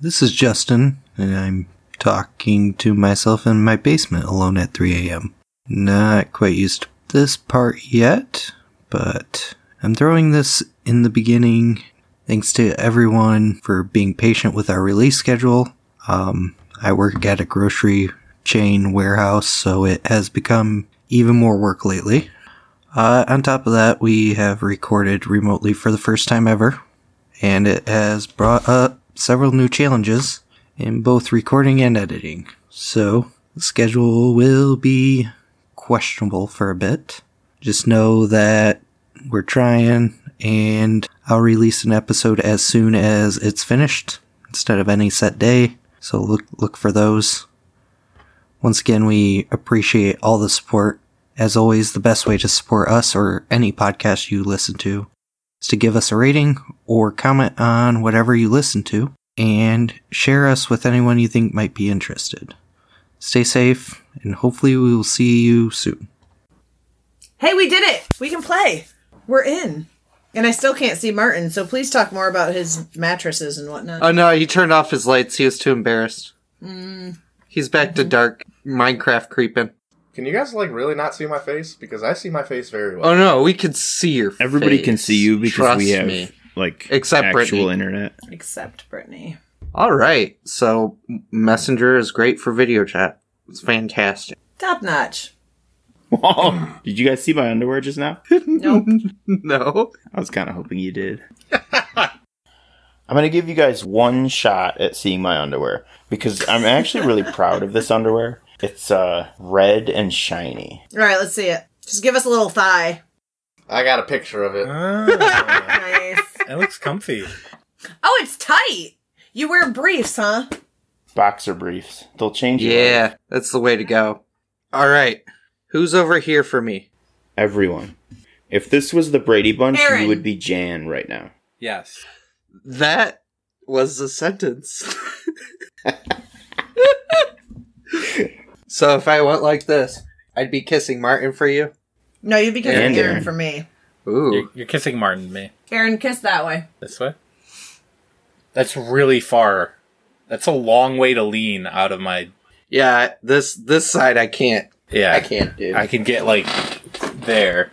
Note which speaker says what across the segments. Speaker 1: This is Justin, and I'm talking to myself in my basement alone at 3 a.m. Not quite used to this part yet, but I'm throwing this in the beginning. Thanks to everyone for being patient with our release schedule. Um, I work at a grocery chain warehouse, so it has become even more work lately. Uh, on top of that, we have recorded remotely for the first time ever, and it has brought up several new challenges in both recording and editing. So, the schedule will be questionable for a bit. Just know that we're trying, and I'll release an episode as soon as it's finished instead of any set day. So look look for those. Once again, we appreciate all the support. As always, the best way to support us or any podcast you listen to is to give us a rating or comment on whatever you listen to and share us with anyone you think might be interested. Stay safe, and hopefully, we will see you soon.
Speaker 2: Hey, we did it! We can play. We're in. And I still can't see Martin, so please talk more about his mattresses and whatnot.
Speaker 1: Oh no, he turned off his lights. He was too embarrassed. He's back to dark Minecraft creeping.
Speaker 3: Can you guys like really not see my face? Because I see my face very well.
Speaker 1: Oh no, we can see your
Speaker 4: Everybody can
Speaker 1: face.
Speaker 4: see you because
Speaker 1: Trust
Speaker 4: we have
Speaker 1: me.
Speaker 4: like
Speaker 1: Except
Speaker 4: actual
Speaker 1: Brittany.
Speaker 4: internet.
Speaker 2: Except Brittany.
Speaker 1: All right, so Messenger is great for video chat. It's fantastic.
Speaker 2: Top notch.
Speaker 4: Whoa. did you guys see my underwear just now?
Speaker 2: Nope.
Speaker 1: No,
Speaker 4: I was kind of hoping you did. I'm going to give you guys one shot at seeing my underwear because I'm actually really proud of this underwear. It's uh red and shiny.
Speaker 2: All right, let's see it. Just give us a little thigh.
Speaker 4: Oh.
Speaker 3: I got a picture of it.
Speaker 5: Ah,
Speaker 2: Nice.
Speaker 5: that looks comfy.
Speaker 2: oh, it's tight. You wear briefs, huh?
Speaker 4: Boxer briefs. They'll change it.
Speaker 1: yeah, that's the way to go. All right, who's over here for me?
Speaker 4: Everyone. If this was the Brady Bunch,
Speaker 2: Aaron.
Speaker 4: you would be Jan right now.
Speaker 5: Yes.
Speaker 1: That was a sentence. so if I went like this, I'd be kissing Martin for you.
Speaker 2: No, you'd be kissing
Speaker 4: And
Speaker 2: Aaron
Speaker 4: Aaron.
Speaker 2: for me.
Speaker 1: Ooh,
Speaker 5: You're, you're kissing Martin and me.
Speaker 2: Aaron, kiss that way.
Speaker 5: This way? That's really far. That's a long way to lean out of my.
Speaker 1: yeah. This this side I can't.
Speaker 5: Yeah.
Speaker 1: I can't do.
Speaker 5: I can get, like, there.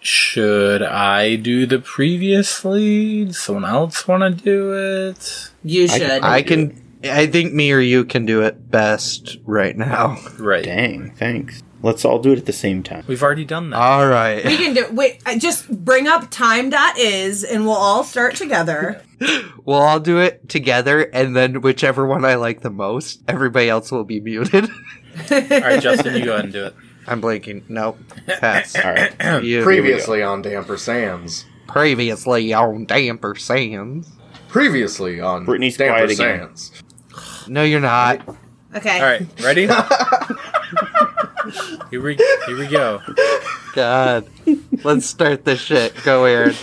Speaker 5: Should I do the previously? Does someone else want to do it?
Speaker 2: You should.
Speaker 1: I can. I think me or you can do it best right now.
Speaker 5: Right.
Speaker 4: Dang, thanks. Let's all do it at the same time.
Speaker 5: We've already done
Speaker 6: Uh,
Speaker 5: that.
Speaker 1: All
Speaker 2: we
Speaker 1: right.
Speaker 2: can do wait I- just bring up time dot is and we'll all start together
Speaker 1: We'll all do it together, and then whichever one I like the most, everybody else will be muted.
Speaker 5: All right, Justin, you go ahead and do it.
Speaker 1: I'm blanking. No. Pass.
Speaker 4: All right.
Speaker 1: You.
Speaker 3: Previously on Damper Sands.
Speaker 1: Previously on Damper Sands.
Speaker 3: Previously on
Speaker 4: Brittany's
Speaker 3: Damper
Speaker 4: quiet again.
Speaker 3: Sands.
Speaker 1: No, you're not.
Speaker 2: okay
Speaker 5: All right, ready? here, we, here we go.
Speaker 1: God. Let's start this shit. Go, Aaron.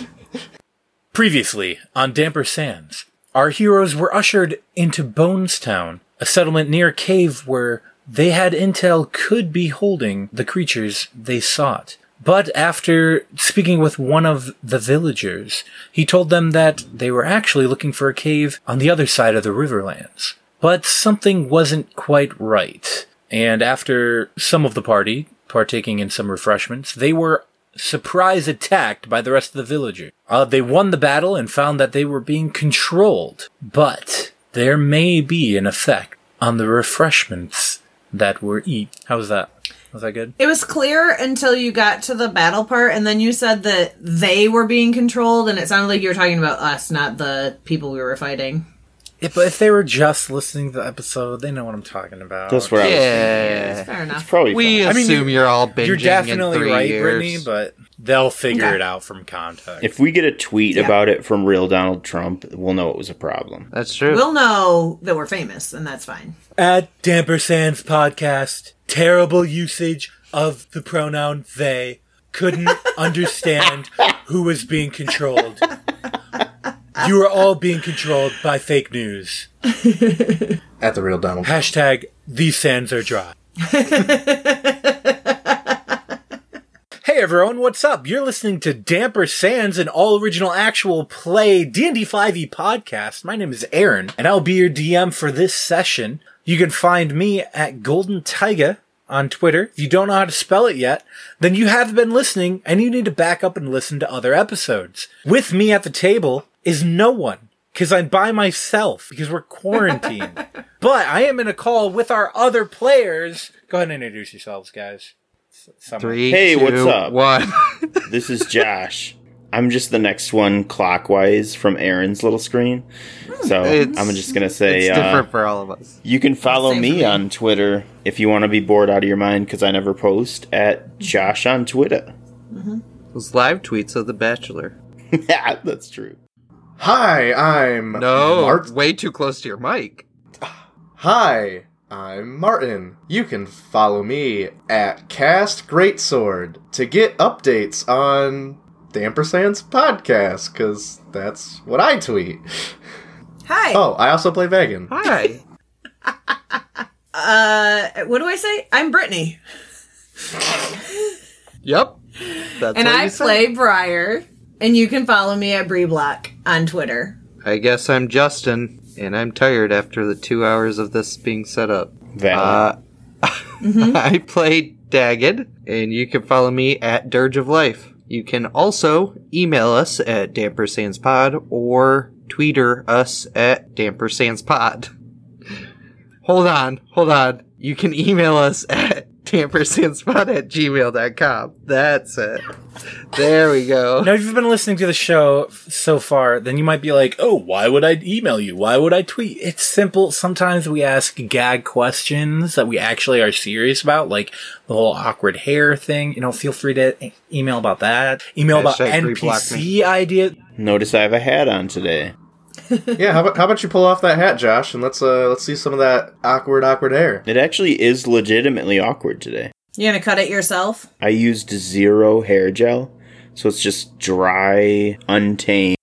Speaker 5: Previously on Damper Sands, our heroes were ushered into Bonestown, a settlement near a cave where they had intel could be holding the creatures they sought. But after speaking with one of the villagers, he told them that they were actually looking for a cave on the other side of the Riverlands. But something wasn't quite right. And after some of the party partaking in some refreshments, they were surprise attacked by the rest of the villagers. Uh, they won the battle and found that they were being controlled, but there may be an effect on the refreshments that were eat. How was that? Was that good?
Speaker 2: it was clear until you got to the battle part and then you said that they were being controlled and it sounded like you were talking about us not the people we were fighting
Speaker 5: If, if they were just listening to the episode, they know what I'm talking about.
Speaker 4: That's where I was.
Speaker 1: Yeah.
Speaker 2: fair enough
Speaker 4: Probably
Speaker 1: We
Speaker 4: fine.
Speaker 1: assume
Speaker 5: mean,
Speaker 1: you, you're all binging
Speaker 5: You're
Speaker 1: in
Speaker 5: definitely
Speaker 1: three
Speaker 5: right,
Speaker 1: years.
Speaker 5: Brittany, but they'll figure it out from context.
Speaker 4: If we get a tweet
Speaker 2: Yeah.
Speaker 4: about it from real Donald Trump, we'll know it was a problem.
Speaker 1: That's true.
Speaker 2: we'll know that we're famous and that's fine
Speaker 5: At Damper Sands Podcast, terrible usage of the pronoun they couldn't understand who was being controlled. You are all being controlled by fake news.
Speaker 3: At the real Donald.
Speaker 5: Hashtag these sands are dry. hey everyone, what's up? You're listening to Damper Sands, an all original actual play D&D 5e E podcast. My name is Aaron, and I'll be your DM for this session. You can find me at Golden Taiga on Twitter. If you don't know how to spell it yet, then you have been listening and you need to back up and listen to other episodes. With me at the table is no one because I'm by myself because we're quarantined. but I am in a call with our other players. Go ahead and introduce yourselves, guys. S- someone.
Speaker 6: Three,
Speaker 4: Hey,
Speaker 6: two,
Speaker 4: what's up?
Speaker 6: one.
Speaker 4: This is Josh. I'm just the next one clockwise from Aaron's little screen.
Speaker 2: Hmm.
Speaker 4: So
Speaker 6: It's-
Speaker 4: I'm just going to say
Speaker 6: it's
Speaker 4: uh,
Speaker 6: different for all of us.
Speaker 4: you can follow
Speaker 2: Same for
Speaker 4: me,
Speaker 2: me.
Speaker 4: on Twitter if you want to be bored out of your mind because I never post at Josh on Twitter.
Speaker 6: Those live tweets of The Bachelor.
Speaker 4: yeah, that's true.
Speaker 3: Hi, I'm
Speaker 6: No,
Speaker 3: Mart-
Speaker 6: way too close to your mic.
Speaker 3: Hi, I'm Martin. You can follow me at Cast Greatsword to get updates on the Ampersand's podcast, because that's what I tweet.
Speaker 2: Hi.
Speaker 3: Oh, I also play Vegan.
Speaker 6: Hi.
Speaker 2: Uh, what do I say? I'm Brittany,
Speaker 6: yep. That's
Speaker 2: and
Speaker 6: what
Speaker 2: I
Speaker 6: you said.
Speaker 2: play Briar. And you can follow me at Bree Block on Twitter.
Speaker 6: I guess I'm Justin, and I'm tired after the two hours of this being set up.
Speaker 4: Valid.
Speaker 6: Uh, I play Dagged, and you can follow me at Dirge of Life. You can also email us at dampersandspod or tweeter us at dampersandspod. Hold on, hold on. You can email us at dampersandspod at gmail.com. That's it. There we go.
Speaker 5: Now, if you've been listening to the show f- so far, then you might be like, oh, why would I email you? Why would I tweet? It's simple. Sometimes we ask gag questions that we actually are serious about, like the whole awkward hair thing. You know, feel free to e- email about that. Email about
Speaker 6: Hashtag re-block
Speaker 5: NPC ideas.
Speaker 4: Notice I have a hat on today.
Speaker 3: yeah, how about, how about you pull off that hat, Josh, and let's uh let's see some of that awkward, awkward hair.
Speaker 4: It actually is legitimately awkward today.
Speaker 2: You gonna cut it yourself?
Speaker 4: I used zero hair gel, so it's just dry, untamed.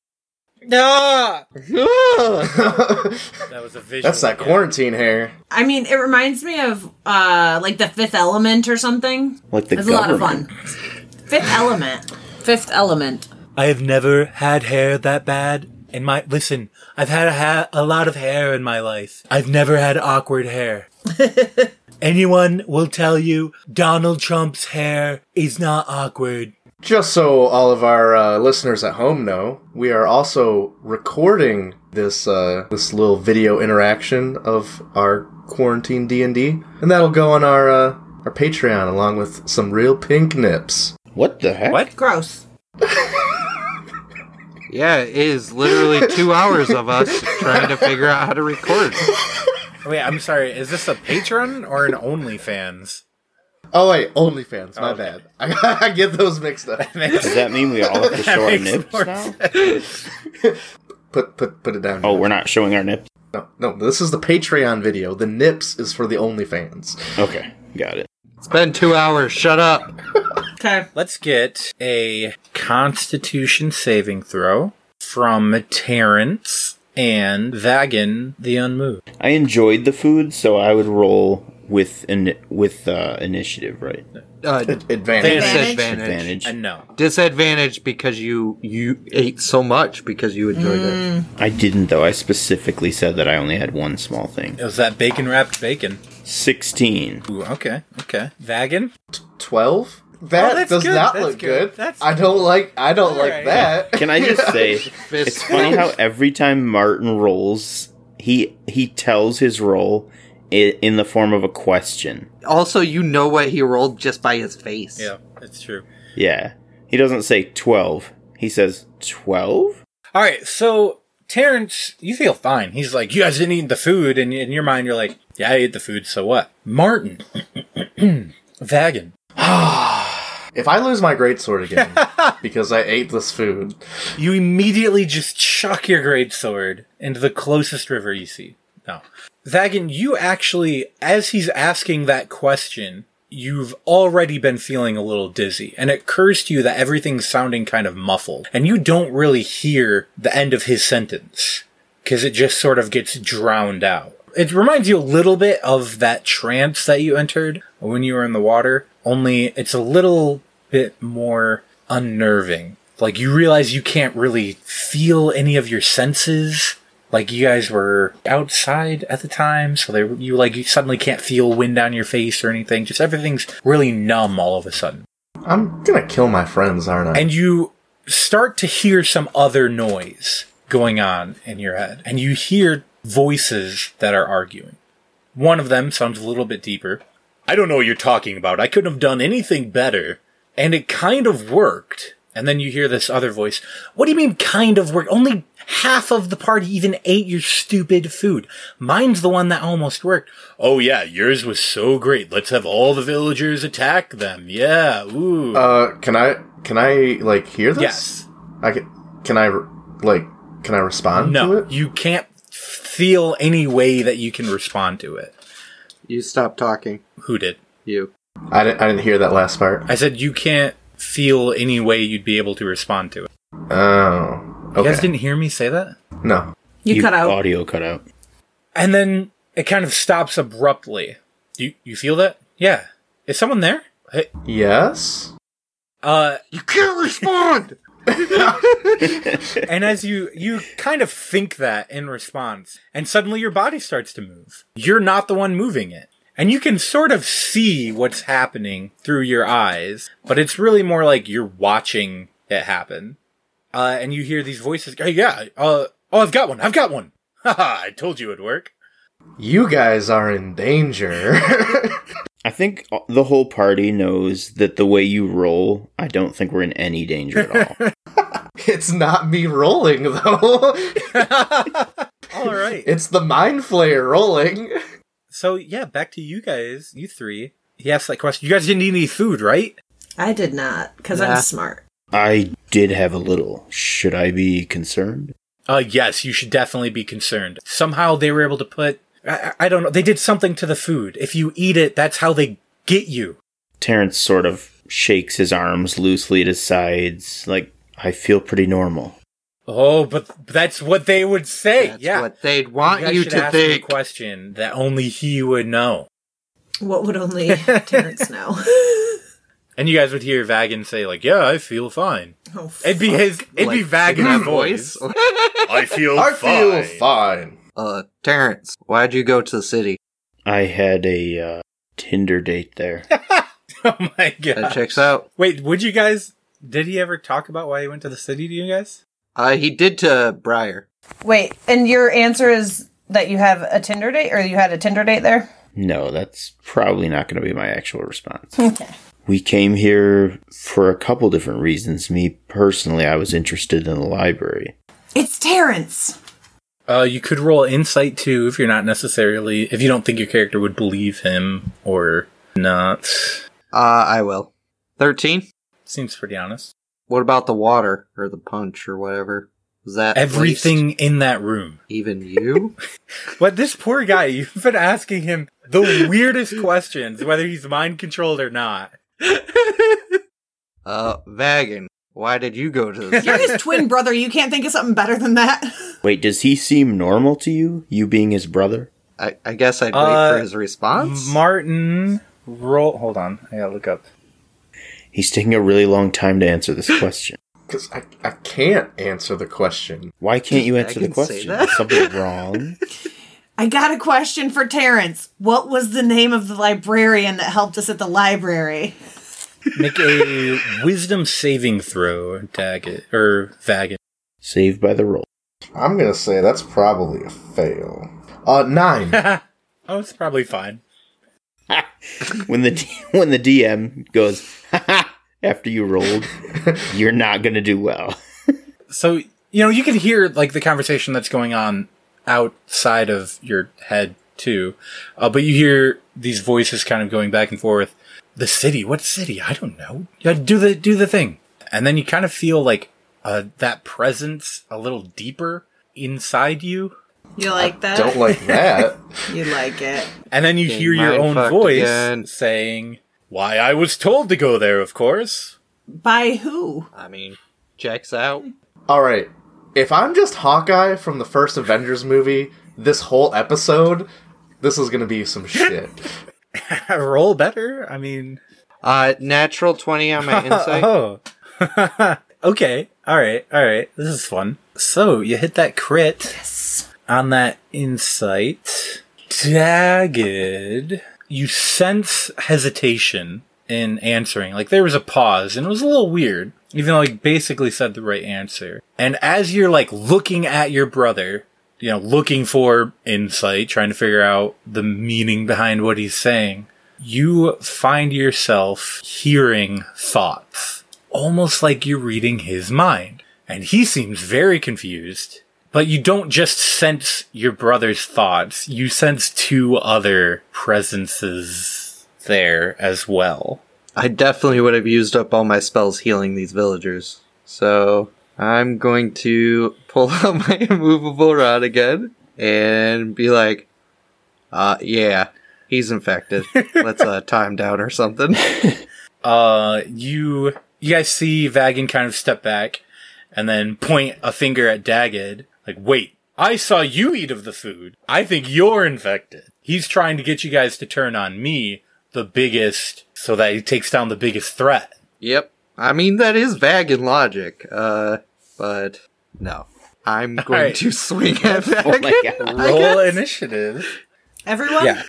Speaker 5: Ah!
Speaker 3: That's
Speaker 5: That was a visual.
Speaker 3: that
Speaker 5: gag.
Speaker 3: quarantine hair.
Speaker 2: I mean, it reminds me of uh like the Fifth Element or something.
Speaker 4: Like the
Speaker 2: It's a lot
Speaker 4: government.
Speaker 2: of fun. Fifth Element. Fifth Element.
Speaker 5: I have never had hair that bad in my. Listen, I've had a, ha- a lot of hair in my life. I've never had awkward hair. Anyone will tell you Donald Trump's hair is not awkward.
Speaker 3: Just so all of our uh, listeners at home know, we are also recording this uh, this little video interaction of our quarantine D and D, and that'll go on our uh, our Patreon along with some real pink nips.
Speaker 4: What the heck?
Speaker 5: What?
Speaker 2: Gross.
Speaker 6: Yeah, it is literally two hours of us trying to figure out how to record.
Speaker 5: Wait, I'm sorry. Is this a Patreon or an OnlyFans?
Speaker 3: Oh wait, OnlyFans. My bad. I, I get those mixed up.
Speaker 4: Does that mean we all have to show our
Speaker 5: makes
Speaker 4: nips
Speaker 5: more
Speaker 4: now?
Speaker 3: Put put put it down.
Speaker 4: Oh, we're not showing our nips.
Speaker 3: no no. This is the Patreon video. The nips is for the OnlyFans.
Speaker 4: Okay, got it.
Speaker 6: It's been two hours. Shut up.
Speaker 2: Okay.
Speaker 5: Let's get a Constitution saving throw from Terrence and Vagan the Unmoved.
Speaker 4: I enjoyed the food, so I would roll with in, with uh, initiative, right?
Speaker 6: Uh,
Speaker 3: Advantage.
Speaker 2: Advantage.
Speaker 6: disadvantage.
Speaker 4: Advantage.
Speaker 5: A Uh, no.
Speaker 6: Disadvantage because you you ate so much because you enjoyed it.
Speaker 4: I didn't though. I specifically said that I only had one small thing.
Speaker 5: It was that bacon wrapped bacon.
Speaker 4: Sixteen.
Speaker 5: Ooh, okay, okay. Vagan?
Speaker 3: Twelve. That
Speaker 5: Oh, that's
Speaker 3: does
Speaker 5: good,
Speaker 3: not
Speaker 5: that's
Speaker 3: look
Speaker 5: good,
Speaker 3: good.
Speaker 5: that's
Speaker 3: I don't like. I don't like
Speaker 5: Alright.
Speaker 3: that.
Speaker 4: Can I just say it's funny how every time Martin rolls, he he tells his roll i- in the form of a question.
Speaker 6: Also, you know what he rolled just by his face.
Speaker 5: Yeah, it's true.
Speaker 4: Yeah, he doesn't say twelve. He says twelve.
Speaker 5: All right, so Terrence, you feel fine. He's like, you guys didn't eat the food, and in your mind, you're like, yeah, I ate the food, so what? Martin, Vagan,
Speaker 3: If I lose my greatsword again because I ate this food,
Speaker 5: you immediately just chuck your great sword into the closest river you see. No, Vagan, you actually, as he's asking that question. You've already been feeling a little dizzy, and it occurs to you that everything's sounding kind of muffled, and you don't really hear the end of his sentence. because it just sort of gets drowned out. It reminds you a little bit of that trance that you entered when you were in the water, only it's a little bit more unnerving. Like you realize you can't really feel any of your senses. Like you guys were outside at the time, so they, you like you suddenly can't feel wind on your face or anything. Just everything's really numb all of a sudden.
Speaker 3: I'm gonna kill my friends, aren't I?
Speaker 5: And you start to hear some other noise going on in your head. And you hear voices that are arguing. One of them sounds a little bit deeper. I don't know what you're talking about. I couldn't have done anything better. And it kind of worked. And then you hear this other voice. What do you mean kind of worked? Only half of the party even ate your stupid food. Mine's the one that almost worked. Oh yeah, yours was so great. Let's have all the villagers attack them. Yeah. Ooh.
Speaker 3: uh, can I can I like hear this?
Speaker 5: yes.
Speaker 3: I can. Can I re- like? Can I respond to
Speaker 5: No,
Speaker 3: it?
Speaker 5: you can't feel any way that you can respond to it.
Speaker 6: You stop talking.
Speaker 5: Who did?
Speaker 6: You.
Speaker 3: I didn't. I didn't hear that last part.
Speaker 5: I said you can't feel any way you'd be able to respond to it.
Speaker 3: Oh.
Speaker 5: You guys
Speaker 3: Okay.
Speaker 5: didn't hear me say that?
Speaker 3: No.
Speaker 2: You, cut out.
Speaker 4: Audio cut out.
Speaker 5: And then it kind of stops abruptly. You you feel that? Yeah. Is someone there? Hey,
Speaker 3: Yes.
Speaker 5: uh
Speaker 6: You can't respond!
Speaker 5: and as you you kind of think that in response and suddenly your body starts to move you're not the one moving it and you can sort of see what's happening through your eyes but it's really more like you're watching it happen uh, and you hear these voices hey yeah uh, oh i've got one i've got one haha i told you it'd work
Speaker 3: You guys are in danger.
Speaker 4: I think the whole party knows that the way you roll, I don't think we're in any danger at all.
Speaker 3: it's not me rolling though.
Speaker 5: all right
Speaker 3: it's the mind flayer rolling.
Speaker 5: so yeah back to you guys you three he asked that question you guys didn't eat any food right
Speaker 2: I did not because
Speaker 6: Nah.
Speaker 2: I'm smart.
Speaker 4: I did have a little. Should I be concerned?
Speaker 5: Uh, yes, you should definitely be concerned. Somehow they were able to put, I, I I don't know, they did something to the food. If you eat it, that's how they get you.
Speaker 4: Terrence sort of shakes his arms loosely at his sides, like, I feel pretty normal.
Speaker 5: Oh, but that's what they would say.
Speaker 6: That's
Speaker 5: yeah.
Speaker 6: what they'd want
Speaker 5: guys
Speaker 6: you,
Speaker 5: should
Speaker 6: to
Speaker 5: ask him
Speaker 6: think.
Speaker 5: a question that only he would know.
Speaker 2: What would only Terrence know?
Speaker 5: And you guys would hear Vagan say, like, yeah, I feel fine.
Speaker 2: Oh,
Speaker 5: It'd be his, it'd be
Speaker 6: Like, in
Speaker 5: Vagan's
Speaker 6: that
Speaker 5: voice. I feel
Speaker 3: I feel fine.
Speaker 6: Uh, Terrence, why'd you go to the city?
Speaker 4: I had a uh, Tinder date there.
Speaker 5: oh my
Speaker 6: That
Speaker 5: god.
Speaker 6: checks out.
Speaker 5: Wait, would you guys, did he ever talk about why he went to the city to you guys?
Speaker 6: Uh, he did to Briar.
Speaker 2: Wait, and your answer is that you have a Tinder date, or you had a Tinder date there?
Speaker 4: no, that's probably not going to be my actual response.
Speaker 2: Okay.
Speaker 4: we came here for a couple different reasons. Me personally, I was interested in the library.
Speaker 2: It's Terrence.
Speaker 5: Uh, you could roll insight too if you're not necessarily if you don't think your character would believe him or not.
Speaker 6: Uh, I will. 13?
Speaker 5: Seems pretty honest.
Speaker 6: What about the water or the punch or whatever? Was that laced?
Speaker 5: Everything in that room.
Speaker 6: Even you?
Speaker 5: But this poor guy, you've been asking him the weirdest questions, whether he's mind controlled or not.
Speaker 6: uh, Vagan, why did you go to the
Speaker 2: You're
Speaker 6: city?
Speaker 2: his twin brother. You can't think of something better than that.
Speaker 4: Wait, does he seem normal to you? You being his brother?
Speaker 6: I, I guess I'd wait
Speaker 5: Uh,
Speaker 6: for his response.
Speaker 5: Martin, roll. Hold on, I gotta look up.
Speaker 4: He's taking a really long time to answer this question.
Speaker 3: Because I, I can't answer the question.
Speaker 4: Why can't you answer the
Speaker 6: Megan say
Speaker 4: question?
Speaker 6: that?
Speaker 4: Is something wrong?
Speaker 2: I got a question for Terrence. What was the name of the librarian that helped us at the library?
Speaker 5: Make a wisdom saving throw, Daggett or Vagan.
Speaker 4: Saved by the roll.
Speaker 3: I'm gonna say that's probably a fail. Uh, nine.
Speaker 5: Oh, it's probably fine.
Speaker 4: When the D- when the DM goes "Ha ha," after you rolled, you're not going to do well.
Speaker 5: so you know you can hear like the conversation that's going on outside of your head too uh, but you hear these voices kind of going back and forth the city what city i don't know yeah, do the do the thing and then you kind of feel like uh, that presence a little deeper inside you
Speaker 2: You like that?
Speaker 3: Don't like that.
Speaker 2: you like it.
Speaker 5: and then you
Speaker 6: Getting
Speaker 5: hear your own
Speaker 6: mindfucked
Speaker 5: voice
Speaker 6: again.
Speaker 5: saying why i was told to go there of course
Speaker 2: By who?
Speaker 6: I mean, checks out.
Speaker 3: All right. If I'm just Hawkeye from the first Avengers movie, this whole episode, this is gonna be some shit.
Speaker 5: roll better i mean
Speaker 6: Uh, natural 20 on my insight.
Speaker 5: oh. okay. All right. All right. This is fun. So you hit that crit on that insight. Dagged. You sense hesitation in answering. Like there was a pause, and it was a little weird, even though he basically said the right answer. And as you're like looking at your brother, you know, looking for insight, trying to figure out the meaning behind what he's saying, you find yourself hearing thoughts, almost like you're reading his mind. And he seems very confused, but you don't just sense your brother's thoughts, you sense two other presences there as well.
Speaker 6: I definitely would have used up all my spells healing these villagers. So I'm going to pull out my immovable rod again and be like, uh, yeah, he's infected. Let's uh, tie him down or something.
Speaker 5: Uh, you you guys see Vagin kind of step back and then point a finger at Dagged, like, wait, I saw you eat of the food. I think you're infected. He's trying to get you guys to turn on me, the biggest, so that he takes down the biggest threat.
Speaker 6: Yep. I mean, that is vague in logic, uh, but no. I'm going
Speaker 5: right. Oh
Speaker 6: to swing at Vagin.
Speaker 5: Roll initiative.
Speaker 2: Everyone?
Speaker 5: Yeah.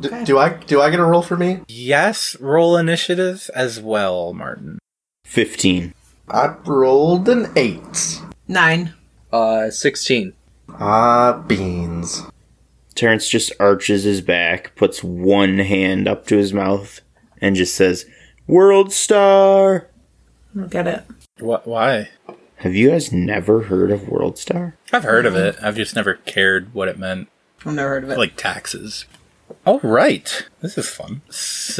Speaker 3: D- do I do I get a roll for me?
Speaker 5: Yes, roll initiative as well, Martin.
Speaker 4: 15.
Speaker 3: I rolled an eight.
Speaker 2: Nine.
Speaker 7: Uh, 16.
Speaker 3: Ah, beans.
Speaker 4: Terrence just arches his back, puts one hand up to his mouth, and just says, World Star!
Speaker 2: I don't get it.
Speaker 5: What? Why?
Speaker 4: Have you guys never heard of World Star?
Speaker 5: I've heard of it. I've just never cared what it meant.
Speaker 2: Mm-hmm. I've never heard of it.
Speaker 5: like taxes. All right. This is fun.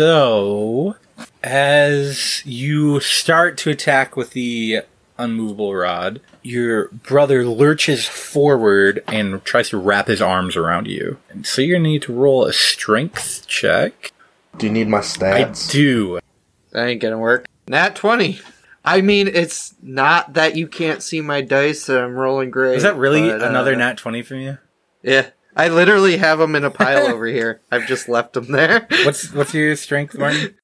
Speaker 5: So, as you start to attack with the unmovable rod, your brother lurches forward and tries to wrap his arms around you. And so you're going to need to roll a strength check.
Speaker 3: Do you need my
Speaker 5: I
Speaker 3: stats?
Speaker 5: do.
Speaker 6: That ain't gonna work. Nat 20. I mean, it's not that you can't see my dice that I'm rolling great.
Speaker 5: Is that really
Speaker 6: but, uh,
Speaker 5: another nat 20 from you?
Speaker 6: Yeah. I literally have them in a pile over here. I've just left them there.
Speaker 5: What's what's your strength, Martin?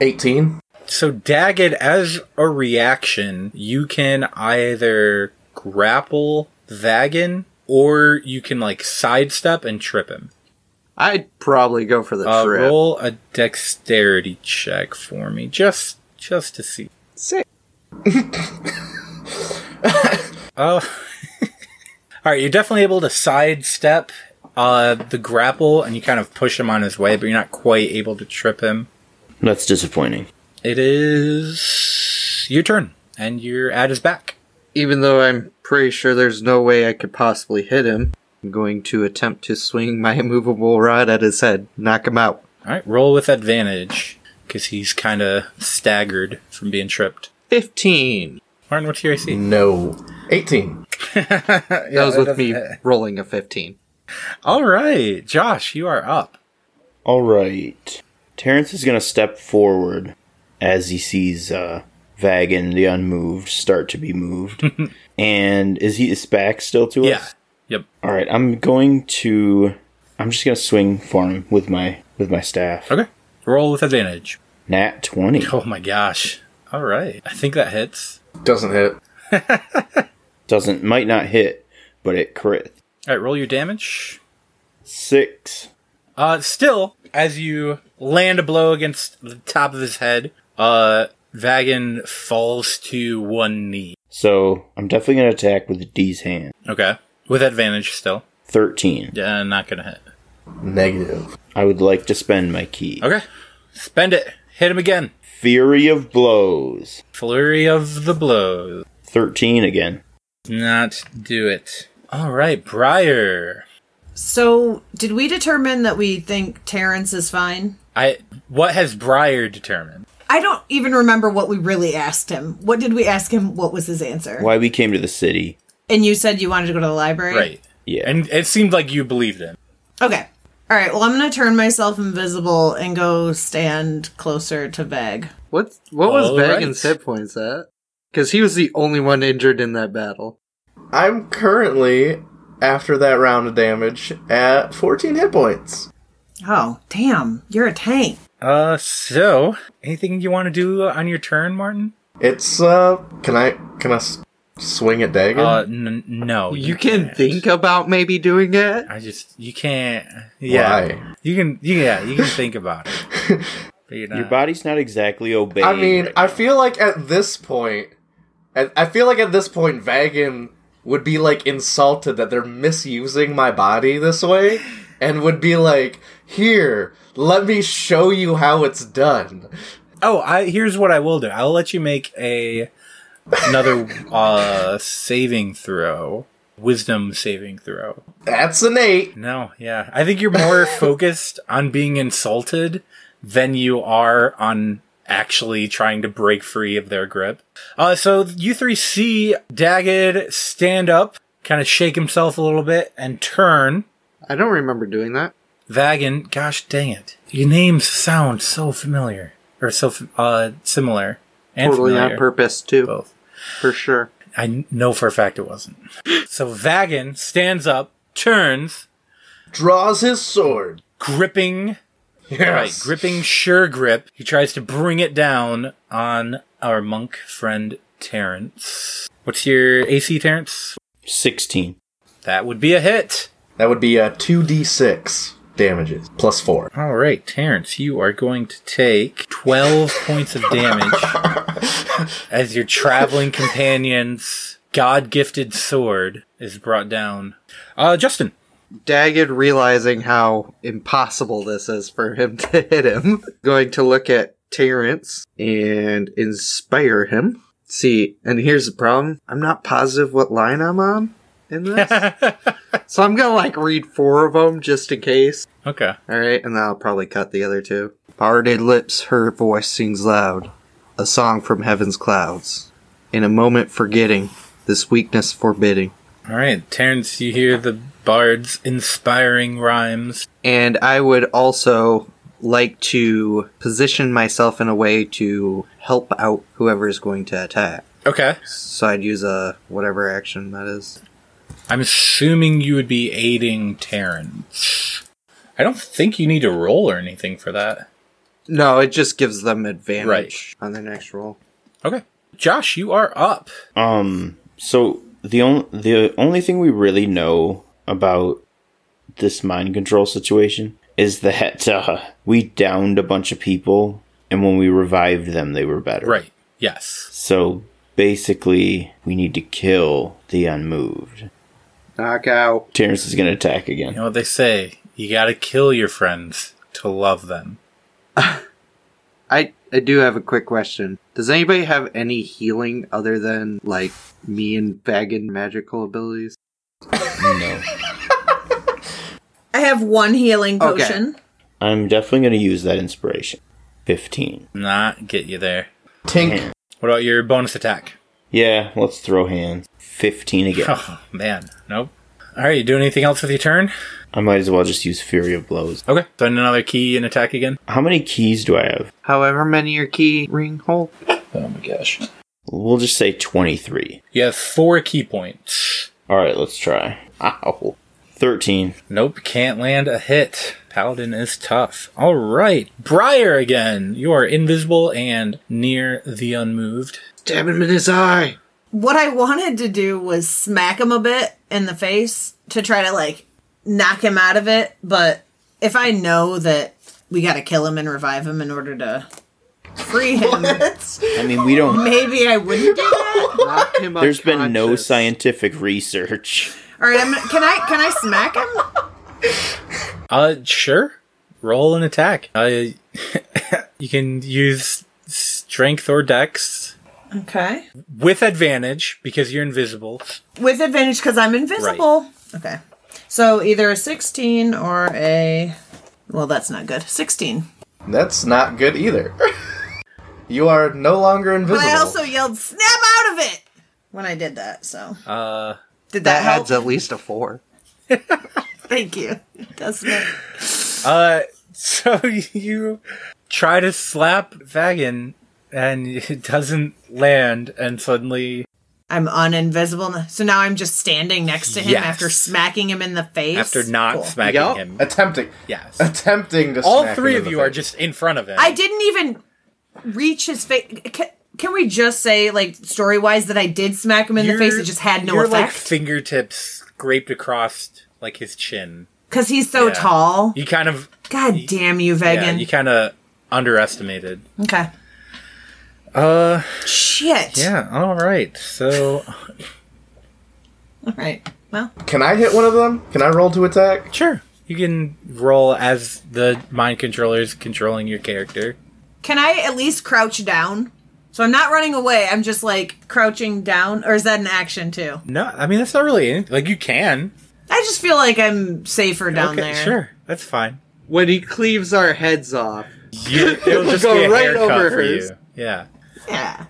Speaker 3: Eighteen.
Speaker 5: So Daggett, as a reaction, you can either grapple Vagin or you can like sidestep and trip him.
Speaker 6: I'd probably go for the
Speaker 5: Uh,
Speaker 6: trip.
Speaker 5: roll a dexterity check for me, just just to see.
Speaker 6: Six.
Speaker 5: Oh, all right. You're definitely able to sidestep uh, the grapple, and you kind of push him on his way, but you're not quite able to trip him.
Speaker 4: That's disappointing.
Speaker 5: It is your turn, and you're at his back.
Speaker 6: Even though I'm pretty sure there's no way I could possibly hit him, I'm going to attempt to swing my immovable rod at his head, knock him out.
Speaker 5: All right, roll with advantage because he's kind of staggered from being tripped.
Speaker 6: 15.
Speaker 5: Martin, what's your AC?
Speaker 3: No. Eighteen.
Speaker 6: that was with me rolling a 15.
Speaker 5: All right, Josh, you are up.
Speaker 4: All right. Terrence is going to step forward as he sees uh, Vagan, the unmoved, start to be moved. and is he his back still to
Speaker 5: Yeah.
Speaker 4: us?
Speaker 5: Yep.
Speaker 4: All right. I'm going to. I'm just going to swing for him with my with my staff.
Speaker 5: Okay. Roll with advantage.
Speaker 4: Nat twenty.
Speaker 5: Oh my gosh. All right. I think that hits.
Speaker 3: Doesn't hit.
Speaker 4: Doesn't might not hit, but it crit
Speaker 5: All right, roll your damage.
Speaker 4: six.
Speaker 5: Uh, still, as you land a blow against the top of his head, uh, Vagan falls to one knee.
Speaker 4: So I'm definitely going to attack with D's hand.
Speaker 5: Okay. With advantage still.
Speaker 4: Thirteen.
Speaker 5: Yeah, not gonna hit.
Speaker 3: Negative.
Speaker 4: I would like to spend my key.
Speaker 5: Okay. Spend it. Hit him again.
Speaker 4: Fury of blows.
Speaker 5: Flurry of the blows.
Speaker 4: Thirteen again.
Speaker 5: Not do it. All right, Briar.
Speaker 2: So, did we determine that we think Terrence is fine?
Speaker 5: I what has Briar determined?
Speaker 2: I don't even remember what we really asked him. What did we ask him? What was his answer?
Speaker 4: Why we came to the city.
Speaker 2: And you said you wanted to go to the library?
Speaker 5: Right.
Speaker 4: Yeah.
Speaker 5: And it seemed like you believed him.
Speaker 2: Okay. All right. Well, I'm going to turn myself invisible and go stand closer to Veg.
Speaker 6: What, what was
Speaker 5: All
Speaker 6: Vagan's
Speaker 5: right.
Speaker 6: hit points at? Because he was the only one injured in that battle.
Speaker 3: I'm currently after that round of damage at fourteen hit points.
Speaker 2: Oh, damn. You're a tank.
Speaker 5: Uh, so anything you want to do on your turn, Martin?
Speaker 3: It's uh, can I can I s- swing at dagger?
Speaker 5: Uh, n- no.
Speaker 6: You can think about maybe doing it.
Speaker 5: I just you can't. Yeah,
Speaker 3: Why?
Speaker 5: you can. You, yeah, you can think about it. But you're not.
Speaker 4: Your body's not exactly obeying.
Speaker 3: Uh, I mean,
Speaker 4: right
Speaker 3: I
Speaker 4: now.
Speaker 3: feel like at this point, I I feel like at this point, Vagan would be like insulted that they're misusing my body this way, and would be like, "Here, let me show you how it's done."
Speaker 5: oh, I here's what I will do. I'll let you make a another uh saving throw, wisdom saving throw.
Speaker 3: That's an eight.
Speaker 5: No, yeah, I think you're more focused on being insulted than you are on actually trying to break free of their grip. Uh, so you three see Dagged stand up, kind of shake himself a little bit, and turn.
Speaker 6: I don't remember doing that.
Speaker 5: Vagan, gosh dang it. Your names sound so familiar. Or so f- uh, similar. And
Speaker 6: totally
Speaker 5: familiar.
Speaker 6: on purpose too,
Speaker 5: Both.
Speaker 6: for sure.
Speaker 5: I kn- know for a fact it wasn't. So Vagan stands up, turns,
Speaker 3: Draws his sword.
Speaker 5: gripping, right,
Speaker 3: Yes.
Speaker 5: gripping sure grip. He tries to bring it down on our monk friend Terrence. What's your AC, Terrence?
Speaker 4: sixteen.
Speaker 5: That would be a hit.
Speaker 3: That would be a two d six damages plus four.
Speaker 5: All right, Terrence, you are going to take 12 points of damage as your traveling companion's god gifted sword is brought down. Uh, Justin.
Speaker 6: Dagged realizing how impossible this is for him to hit him, going to look at Terrence and inspire him. See, and here's the problem. I'm not positive what line I'm on in this. so I'm gonna like read four of them just in case.
Speaker 5: okay.
Speaker 6: All right, and then I'll probably cut the other two. Parted lips, her voice sings loud, a song from heaven's clouds. In a moment, forgetting this weakness forbidding.
Speaker 5: All right, Terrence, you hear the bard's inspiring rhymes.
Speaker 6: And I would also like to position myself in a way to help out whoever is going to attack.
Speaker 5: Okay.
Speaker 6: So I'd use a whatever action that is.
Speaker 5: I'm assuming you would be aiding Terrence. I don't think you need to roll or anything for that.
Speaker 6: No, it just gives them advantage
Speaker 5: Right.
Speaker 6: on their next roll.
Speaker 5: Okay. Josh, you are up.
Speaker 4: Um. So the only the only thing we really know about this mind control situation is that uh, we downed a bunch of people, and when we revived them, they were better.
Speaker 5: Right. Yes.
Speaker 4: So basically, we need to kill the unmoved.
Speaker 6: Knockout.
Speaker 4: Terrence is going to attack again.
Speaker 5: You know what they say you gotta kill your friends to love them.
Speaker 6: I I do have a quick question. Does anybody have any healing other than like me and Baggin magical abilities?
Speaker 4: No.
Speaker 2: I have one healing
Speaker 6: Okay.
Speaker 2: potion.
Speaker 4: I'm definitely going to use that inspiration. 15.
Speaker 5: Not get you there.
Speaker 3: Tink.
Speaker 5: What about your bonus attack?
Speaker 4: Yeah, let's throw hands. 15 again.
Speaker 5: Oh, man. Nope. All right, you doing anything else with your turn?
Speaker 4: I might as well just use Fury of Blows.
Speaker 5: Okay. Then another key and attack again.
Speaker 4: How many keys do I have?
Speaker 6: However many your key ring hold.
Speaker 5: Oh my gosh.
Speaker 4: We'll just say 23.
Speaker 5: You have four key points.
Speaker 4: Alright, let's try. Ow. 13.
Speaker 5: Nope, can't land a hit. Paladin is tough. All right, Briar again. You are invisible and near the unmoved.
Speaker 6: Stab him in his eye.
Speaker 2: What I wanted to do was smack him a bit in the face to try to like knock him out of it, but if I know that we got to kill him and revive him in order to free him,
Speaker 4: I mean, we don't.
Speaker 2: maybe I wouldn't do that.
Speaker 6: Knock him up.
Speaker 4: There's been no
Speaker 6: conscious.
Speaker 4: scientific research.
Speaker 2: All right, I'm, gonna- can I can I smack him?
Speaker 5: Uh, sure. Roll an attack. Uh, you can use strength or dex
Speaker 2: Okay.
Speaker 5: with advantage because you're invisible.
Speaker 2: With advantage because I'm invisible. Okay. So either a 16 or a. Well, that's not good. 16.
Speaker 3: That's not good either. you are no longer
Speaker 2: But
Speaker 3: invisible.
Speaker 2: I also yelled, snap out of it! When I did that, so.
Speaker 5: Uh,
Speaker 2: Did that,
Speaker 6: That
Speaker 2: help?
Speaker 6: adds at least a four.
Speaker 2: Thank you. Doesn't it?
Speaker 5: uh, so you try to slap Vagan and it doesn't land, and suddenly
Speaker 2: I'm uninvisible. So now I'm just standing next to him
Speaker 5: Yes.
Speaker 2: after smacking him in the face.
Speaker 5: after not
Speaker 2: Cool.
Speaker 5: smacking
Speaker 6: Yup.
Speaker 5: him.
Speaker 3: Attempting.
Speaker 5: Yes.
Speaker 3: Attempting to
Speaker 5: All
Speaker 3: smack
Speaker 5: three
Speaker 3: him in
Speaker 5: of
Speaker 3: the
Speaker 5: you are
Speaker 3: face.
Speaker 5: just in front of him.
Speaker 2: I didn't even reach his face. Can, can we just say, like, story wise, that I did smack him in the face? It just had no
Speaker 5: your, Like
Speaker 2: effect
Speaker 5: fingertips scraped across like his chin.
Speaker 2: because he's so
Speaker 5: yeah.
Speaker 2: tall.
Speaker 5: You kind of
Speaker 2: God damn you,
Speaker 5: yeah,
Speaker 2: Vegan.
Speaker 5: you kind of underestimated.
Speaker 2: okay.
Speaker 5: Uh
Speaker 2: Shit.
Speaker 5: yeah, all right. So
Speaker 2: All right. Well,
Speaker 3: Can I hit one of them? Can I roll to attack?
Speaker 5: sure. You can roll as the mind controller is controlling your character.
Speaker 2: can I at least crouch down? So I'm not running away. I'm just like crouching down, or is that an action too?
Speaker 5: No, I mean that's not really any- like you can.
Speaker 2: I just feel like I'm safer down
Speaker 5: okay,
Speaker 2: there.
Speaker 5: sure. That's fine.
Speaker 6: When he cleaves our heads off,
Speaker 5: You, it'll just
Speaker 6: Go
Speaker 5: be a
Speaker 6: right
Speaker 5: haircut
Speaker 6: over
Speaker 5: for
Speaker 6: hers.
Speaker 5: you. Yeah.
Speaker 2: Yeah.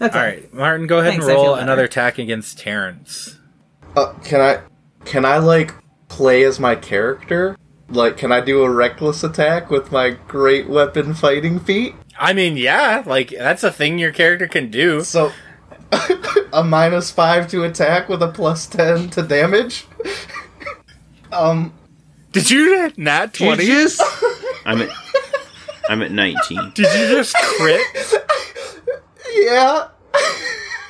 Speaker 2: Okay.
Speaker 5: All right, Martin, go ahead
Speaker 2: Thanks, I
Speaker 5: and
Speaker 2: feel
Speaker 5: roll
Speaker 2: better.
Speaker 5: another attack against Terrence.
Speaker 3: Uh, can I? Can I like play as my character? Like, can I do a reckless attack with my great weapon fighting feat?
Speaker 5: I mean, yeah, like that's a thing your character can do.
Speaker 3: So, a minus five to attack with a plus ten to damage. um,
Speaker 5: Did you not
Speaker 6: you
Speaker 5: twenty?
Speaker 6: just
Speaker 4: I'm at I'm at 19.
Speaker 5: Did you just crit?
Speaker 3: yeah.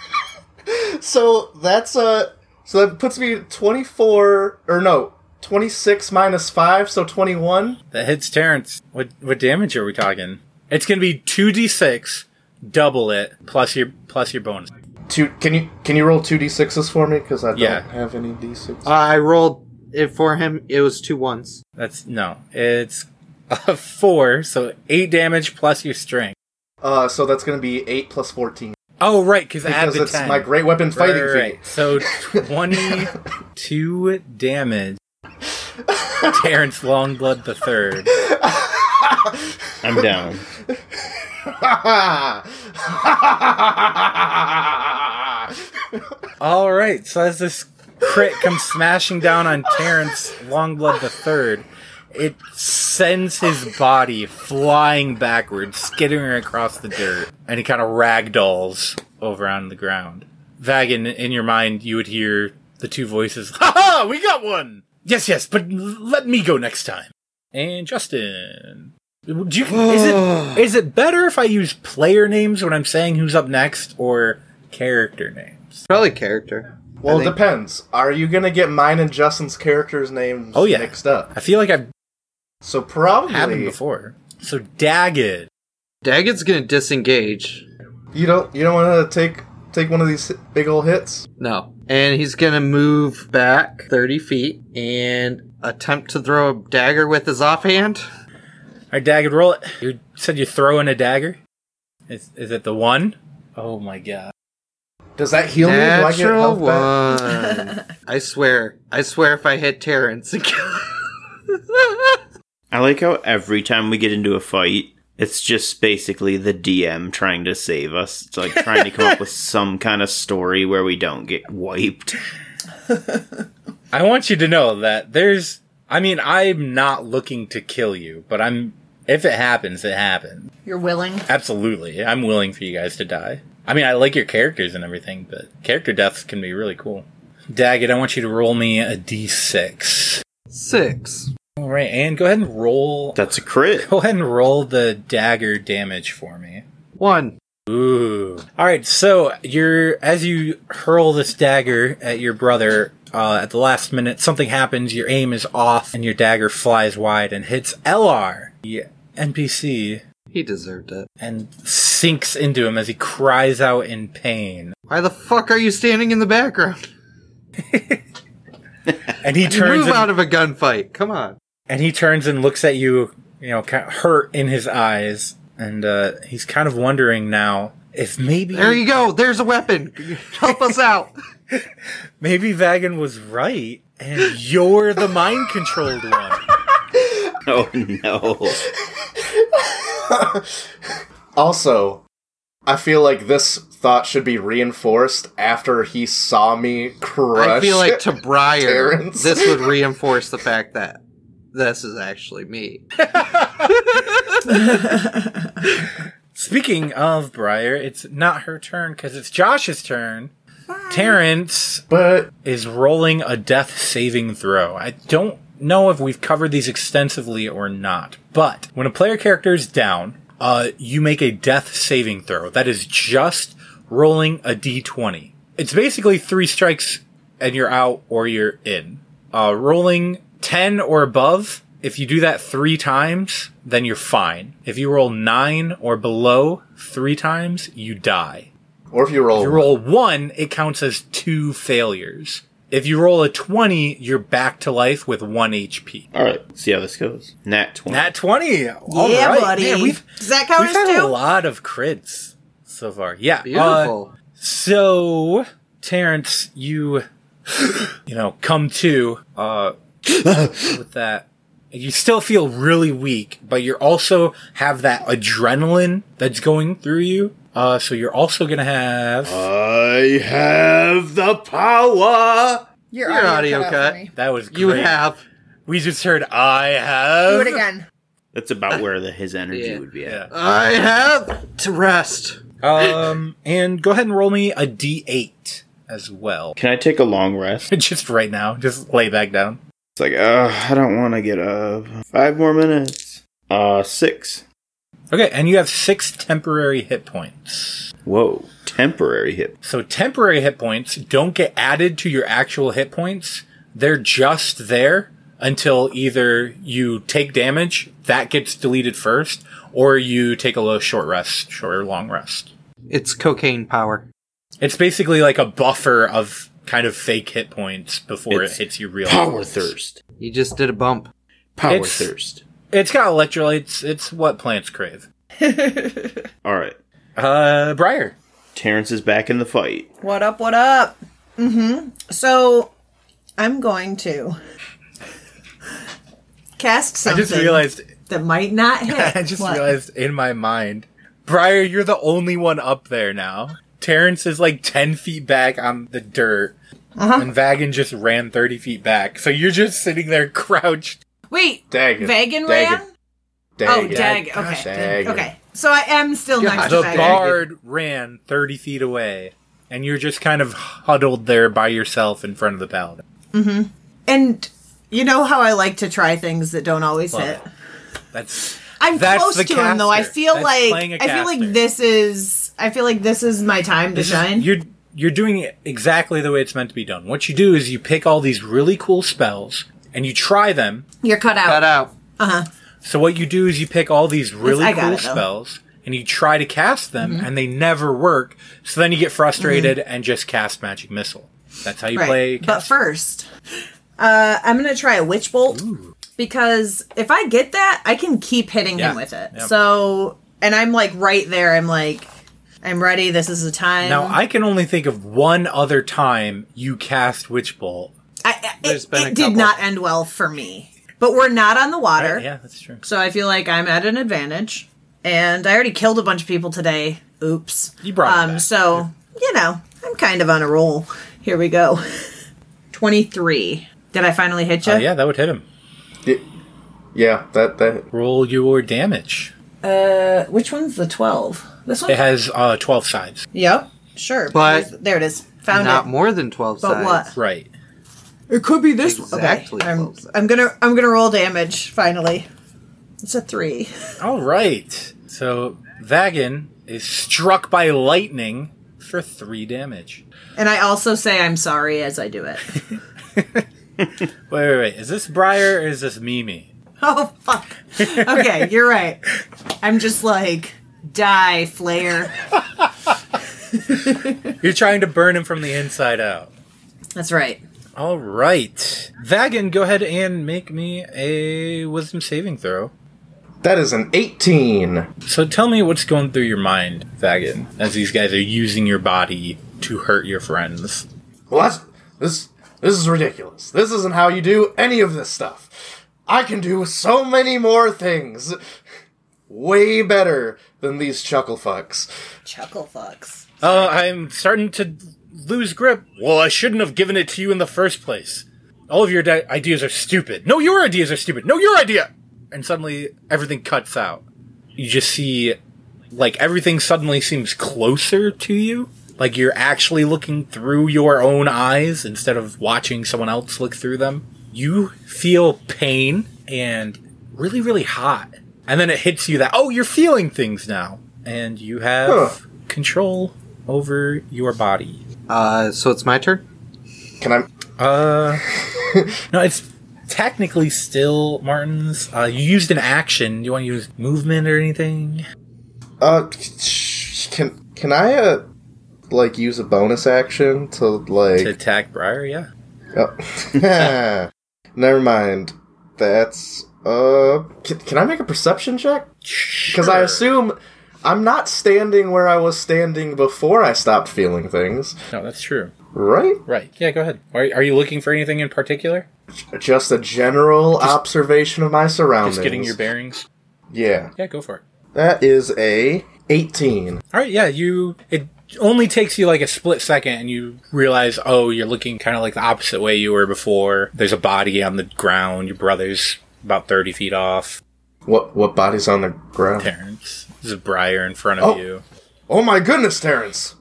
Speaker 3: so that's uh so that puts me twenty four or no twenty six minus five, so twenty one.
Speaker 5: that hits Terrence. What what damage are we talking? It's gonna be two d six, double it plus your plus your bonus.
Speaker 3: Two? Can you can you roll two d sixes for me? Because I don't
Speaker 5: Yeah.
Speaker 3: have any d six.
Speaker 6: I rolled it for him. It was two ones.
Speaker 5: That's no, it's a four, so eight damage plus your strength.
Speaker 3: Uh, so that's gonna be eight plus fourteen
Speaker 5: Oh right, because add
Speaker 3: because
Speaker 5: the
Speaker 3: it's
Speaker 5: ten.
Speaker 3: my great weapon
Speaker 5: Right,
Speaker 3: fighting
Speaker 5: right, right.
Speaker 3: feat.
Speaker 5: So twenty two damage. Terrence Longblood the third.
Speaker 4: I'm down.
Speaker 5: All right, so as this crit comes smashing down on Terrence Longblood the Third, it sends his body flying backwards, skittering across the dirt, and he kind of ragdolls over on the ground. Vagan, in your mind, you would hear the two voices. Ha ha! We got one. Yes, yes, but l- let me go next time. And Justin, do you, is it is it better if I use player names when I'm saying who's up next or character names?
Speaker 6: Probably character.
Speaker 3: Well, it
Speaker 6: think-
Speaker 3: depends. Are you gonna get mine and Justin's characters' names
Speaker 5: Oh, yeah.
Speaker 3: mixed up?
Speaker 5: I feel like I've
Speaker 3: So probably
Speaker 5: had them before. So Dagged.
Speaker 6: Daggett's gonna disengage.
Speaker 3: you don't you don't want to take take one of these big old hits.
Speaker 6: No. And he's gonna move back 30 feet and attempt to throw a dagger with his offhand.
Speaker 5: All right, Dagged, roll it. You said you're throwing a dagger. Is is it the one? Oh my god.
Speaker 3: Does that heal me? Do I get
Speaker 6: Natural
Speaker 3: health
Speaker 6: one.
Speaker 3: back?
Speaker 6: I swear. I swear if I hit Terrence again.
Speaker 4: I like how every time we get into a fight, it's just basically the DM trying to save us. It's like trying to come up with some kind of story where we don't get wiped.
Speaker 5: I want you to know that there's. I mean, I'm not looking to kill you, but I'm. If it happens, it happens.
Speaker 2: You're willing.
Speaker 5: Absolutely, I'm willing for you guys to die. I mean, I like your characters and everything, but character deaths can be really cool. Daggett, I want you to roll me a d6.
Speaker 6: Six.
Speaker 5: All right, and go ahead and roll.
Speaker 4: That's a crit.
Speaker 5: Go ahead and roll the dagger damage for me.
Speaker 6: One.
Speaker 5: Ooh. All right, so you're as you hurl this dagger at your brother uh, at the last minute, something happens. Your aim is off, and your dagger flies wide and hits Lr, the NPC,
Speaker 6: He deserved it.
Speaker 5: and sinks into him as he cries out in pain.
Speaker 6: Why the fuck are you standing in the background?
Speaker 5: And he turns
Speaker 6: Move
Speaker 5: and,
Speaker 6: out of a gunfight. Come on.
Speaker 5: and he turns and looks at you, you know, kind of hurt in his eyes, and uh, he's kind of wondering now if maybe
Speaker 6: There you go. There's a weapon. Help us out.
Speaker 5: maybe Vagan was right, and you're the mind controlled one.
Speaker 4: Oh no.
Speaker 3: Also, I feel like this thought should be reinforced after he saw me crush.
Speaker 6: I feel like to Briar,
Speaker 3: Terrence.
Speaker 6: this would reinforce the fact that this is actually me.
Speaker 5: Speaking of Briar, it's not her turn because it's Josh's turn. Terrence
Speaker 3: But
Speaker 5: is rolling a death saving throw. I don't know if we've covered these extensively or not, but when a player character is down, uh, you make a death saving throw. That is just rolling a d20. It's basically three strikes and you're out or you're in. Uh, rolling 10 or above, if you do that three times, then you're fine. If you roll 9 or below three times, you die.
Speaker 3: or if you roll,
Speaker 5: If you roll one, it counts as two failures. If you roll a 20, you're back to life with one HP.
Speaker 4: All right, see how this goes. Nat 20.
Speaker 5: Nat 20. All
Speaker 2: yeah,
Speaker 5: right.
Speaker 2: buddy.
Speaker 5: Man, we've
Speaker 2: Does that count
Speaker 5: we've
Speaker 2: as
Speaker 5: had a
Speaker 2: two?
Speaker 5: lot of crits so far. Yeah. uh,
Speaker 6: Beautiful.
Speaker 5: so, Terrence, you, you know, come to uh, with that. You still feel really weak, but you also have that adrenaline that's going through you. Uh, so you're also gonna have
Speaker 6: Uh,
Speaker 4: I have the power.
Speaker 2: Your,
Speaker 6: Your audio
Speaker 2: cut out
Speaker 6: cut.
Speaker 2: for me.
Speaker 5: that was great.
Speaker 6: you have
Speaker 5: We just heard I
Speaker 2: Do
Speaker 5: have.
Speaker 2: it again.
Speaker 4: That's about where the, his energy
Speaker 6: Yeah.
Speaker 4: would be at.
Speaker 5: Yeah.
Speaker 6: I have to rest.
Speaker 5: Um, and go ahead and roll me a d8 as well.
Speaker 4: Can I take a long rest?
Speaker 5: just right now, just lay back down.
Speaker 4: It's like, uh, I don't want to get up. Five more minutes. Uh, six.
Speaker 5: Okay, and you have six temporary hit points.
Speaker 4: Whoa, temporary hit.
Speaker 5: So temporary hit points don't get added to your actual hit points. They're just there until either you take damage, that gets deleted first, or you take a little short rest, short or long rest.
Speaker 6: It's cocaine power.
Speaker 5: It's basically like a buffer of kind of fake hit points before
Speaker 4: It's
Speaker 5: it hits you real.
Speaker 4: Power thirst.
Speaker 6: You just did a bump.
Speaker 4: Power
Speaker 5: It's-
Speaker 4: thirst.
Speaker 5: It's got electrolytes. It's what plants crave.
Speaker 4: All right.
Speaker 5: Uh, Briar.
Speaker 4: Terrence is back in the fight.
Speaker 2: What up? What up? Mm-hmm. So I'm going to cast
Speaker 5: I
Speaker 2: something
Speaker 5: just realized.
Speaker 2: that might not hit.
Speaker 5: I just
Speaker 2: What?
Speaker 5: realized in my mind, Briar, you're the only one up there now. Terrence is like ten feet back on the dirt,
Speaker 2: Uh-huh.
Speaker 5: and Vagan just ran thirty feet back. So you're just sitting there crouched.
Speaker 2: Wait,
Speaker 3: Dagon.
Speaker 2: Vegan
Speaker 3: Dagon.
Speaker 2: ran. Oh,
Speaker 3: Dagon.
Speaker 2: Dag.
Speaker 5: Gosh,
Speaker 2: Okay,
Speaker 3: Dagon.
Speaker 2: okay. So I am still next to
Speaker 5: The
Speaker 2: Dagon.
Speaker 5: bard ran thirty feet away, and you're just kind of huddled there by yourself in front of the paladin.
Speaker 2: And you know how I like to try things that don't always hit.
Speaker 5: That's
Speaker 2: I'm
Speaker 5: That's
Speaker 2: close to
Speaker 5: the
Speaker 2: him though. I
Speaker 5: caster.
Speaker 2: feel
Speaker 5: That's
Speaker 2: like
Speaker 5: playing a
Speaker 2: I feel
Speaker 5: caster.
Speaker 2: like this is I feel like this is my time to
Speaker 5: This is-
Speaker 2: shine.
Speaker 5: You're you're doing it exactly the way it's meant to be done. What you do is you pick all these really cool spells and you try them.
Speaker 2: You're cut out.
Speaker 6: Cut out.
Speaker 5: So what you do is you pick all these really
Speaker 2: I got
Speaker 5: cool
Speaker 2: it, though. Mm-hmm.
Speaker 5: spells and you try to cast them and they never work. So then you get frustrated and just cast magic missile. That's how you play.
Speaker 2: But
Speaker 5: cast-
Speaker 2: first, uh, I'm gonna try a witch bolt because if I get that, I can keep hitting
Speaker 5: Yeah.
Speaker 2: him with it.
Speaker 5: Yeah.
Speaker 2: So, and I'm like right there. I'm like, I'm ready. This is the time.
Speaker 5: now I can only think of one other time you cast witch bolt.
Speaker 2: I, I,
Speaker 6: There's
Speaker 2: it,
Speaker 6: been a
Speaker 2: it did
Speaker 6: couple.
Speaker 2: not end well for me. But we're not on the water,
Speaker 5: Yeah, that's true.
Speaker 2: so I feel like I'm at an advantage. And I already killed a bunch of people today. Oops.
Speaker 5: You brought it
Speaker 2: um.
Speaker 5: back.
Speaker 2: So you know, I'm kind of on a roll. Here we go. Twenty three. Did I finally hit you?
Speaker 5: Uh, yeah, that would hit him.
Speaker 3: Yeah, that that
Speaker 5: Roll your damage.
Speaker 2: Uh, which one's the 12? This one?
Speaker 5: It has uh, twelve sides.
Speaker 2: Yep. Sure.
Speaker 6: But-
Speaker 2: There's- there it is. Found
Speaker 6: Not
Speaker 2: it.
Speaker 6: more than twelve
Speaker 2: But
Speaker 6: sides.
Speaker 2: what?
Speaker 5: Right.
Speaker 2: It could be this
Speaker 6: one. Exactly
Speaker 2: Okay. I'm,
Speaker 6: 12 sides.
Speaker 2: I'm gonna I'm gonna roll damage finally. It's a three.
Speaker 5: All right. So Vagan is struck by lightning for three damage.
Speaker 2: And I also say I'm sorry as I do it.
Speaker 5: Wait, wait, wait. Is this Briar or is this Mimi?
Speaker 2: oh fuck. Okay, you're right. I'm just like die flare.
Speaker 5: You're trying to burn him from the inside out.
Speaker 2: That's right.
Speaker 5: All right. Vagan, go ahead and make me a wisdom saving throw.
Speaker 3: that is an eighteen.
Speaker 5: So tell me what's going through your mind, Vagan, as these guys are using your body to hurt your friends.
Speaker 3: Well, that's this. This is ridiculous. This isn't how you do any of this stuff. I can do so many more things, way better than these chuckle fucks.
Speaker 2: Chuckle fucks.
Speaker 5: Uh, I'm starting to lose grip. Well, I shouldn't have given it to you in the first place. All of your di- ideas are stupid. No, your ideas are stupid. No, your idea. And suddenly everything cuts out. You just see, like everything suddenly seems closer to you, Like you're actually looking through your own eyes instead of watching someone else look through them. You feel pain and really, really hot. And then it hits you that, oh, you're feeling things now. And you have
Speaker 3: Huh.
Speaker 5: control over your body.
Speaker 6: Uh, so it's my turn.
Speaker 3: Can I?
Speaker 5: Uh, no, it's technically still Martin's. Uh, you used an action. Do you want to use movement or anything?
Speaker 3: Uh, sh- can can I uh, like use a bonus action to
Speaker 5: To
Speaker 3: like?
Speaker 5: attack Briar, yeah.
Speaker 3: oh. Never mind. That's uh. Can, can I make a perception check? Because I
Speaker 5: Sure.
Speaker 3: assume I'm not standing where I was standing before I stopped feeling things,
Speaker 5: No, that's true.
Speaker 3: right?
Speaker 5: Right. Yeah, go ahead. Are, are you looking for anything in particular?
Speaker 3: Just a general observation of my surroundings.
Speaker 5: Just getting your bearings?
Speaker 3: Yeah,
Speaker 5: Yeah, go for it.
Speaker 3: that is a 18.
Speaker 5: All right, yeah, you. It only takes you like a split second and you realize, oh, you're looking kind of like the opposite way you were before. There's a body on the ground. Your brother's about 30 feet off.
Speaker 3: What what body's on the ground?
Speaker 5: Terrence, there's a briar in front of
Speaker 3: Oh.
Speaker 5: you.
Speaker 3: Oh my goodness, Terrence!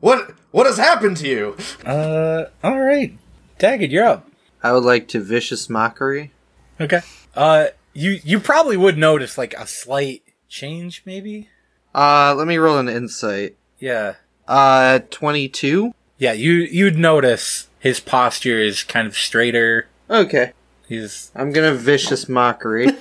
Speaker 3: What what has happened to you?
Speaker 5: Uh, all right. Daggett, you're up.
Speaker 6: I would like to vicious mockery.
Speaker 5: Okay. Uh, you you probably would notice like a slight change, maybe.
Speaker 6: Uh, let me roll an insight.
Speaker 5: Yeah.
Speaker 6: Uh, twenty-two.
Speaker 5: Yeah. You you'd notice his posture is kind of straighter.
Speaker 6: Okay,
Speaker 5: He's
Speaker 6: I'm gonna vicious mockery.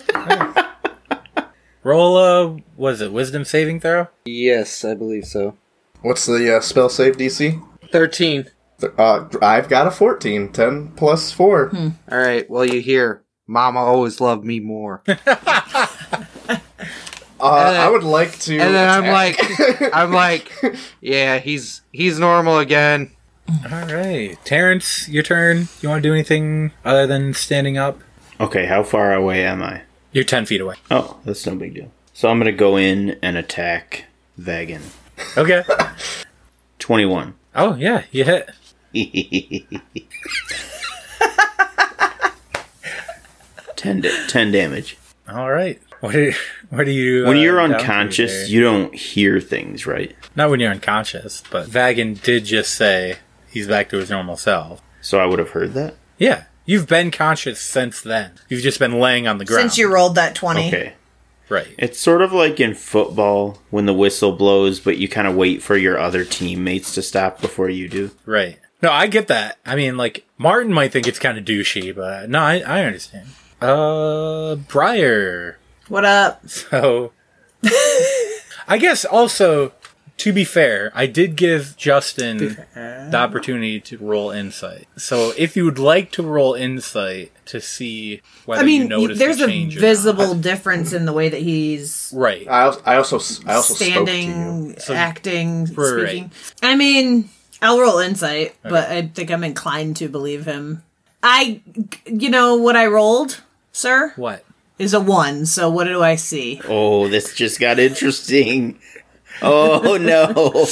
Speaker 5: roll a was it wisdom saving throw?
Speaker 6: yes, I believe so.
Speaker 3: What's the uh, spell save DC?
Speaker 6: Thirteen.
Speaker 3: Th- Uh, I've got a 14. 10 plus 4.
Speaker 6: All right. Well, you hear, Mama always loved me more. and
Speaker 3: Uh,
Speaker 6: then-
Speaker 3: I would like to.
Speaker 6: then I'm
Speaker 3: attack.
Speaker 6: like, I'm like, yeah, he's he's normal again.
Speaker 5: All right, Terrence, your turn. You want to do anything other than standing up?
Speaker 4: Okay, how far away am I?
Speaker 5: You're ten feet away.
Speaker 4: Oh, that's no big deal. So I'm gonna go in and attack Vagan.
Speaker 5: Okay.
Speaker 4: Twenty-one.
Speaker 5: oh yeah, you hit.
Speaker 4: ten, da- ten damage.
Speaker 5: All right. What do you, what do you
Speaker 4: When
Speaker 5: uh,
Speaker 4: you're
Speaker 5: down to there?
Speaker 4: unconscious, you don't hear things, right?
Speaker 5: not when you're unconscious, but Vagan did just say he's back to his normal self.
Speaker 4: So I would have heard that.
Speaker 5: Yeah. You've been conscious since then. You've just been laying on the ground.
Speaker 2: Since you rolled that 20.
Speaker 4: Okay.
Speaker 5: Right.
Speaker 4: It's sort of like in football when the whistle blows, but you kind of wait for your other teammates to stop before you do.
Speaker 5: Right. No, I get that. I mean, like, Martin might think it's kind of douchey, but no, I, I understand. Uh, Briar.
Speaker 2: What up?
Speaker 5: So, I guess also, to be fair, I did give Justin the opportunity to roll insight. So, if you would like to roll insight to see whether
Speaker 2: I
Speaker 5: you
Speaker 2: mean,
Speaker 5: notice
Speaker 2: there's
Speaker 5: the
Speaker 2: a
Speaker 5: change or
Speaker 2: visible difference in the way that he's
Speaker 5: not. right.
Speaker 3: I also, I also, I also spoke
Speaker 2: standing,
Speaker 5: So-
Speaker 2: acting,
Speaker 5: Right.
Speaker 2: speaking. I mean, I'll roll insight, but I think I'm inclined to believe him. I, you know, what I rolled, sir,
Speaker 5: What?
Speaker 2: is a one. So what do I see?
Speaker 4: Oh, this just got interesting. Oh no.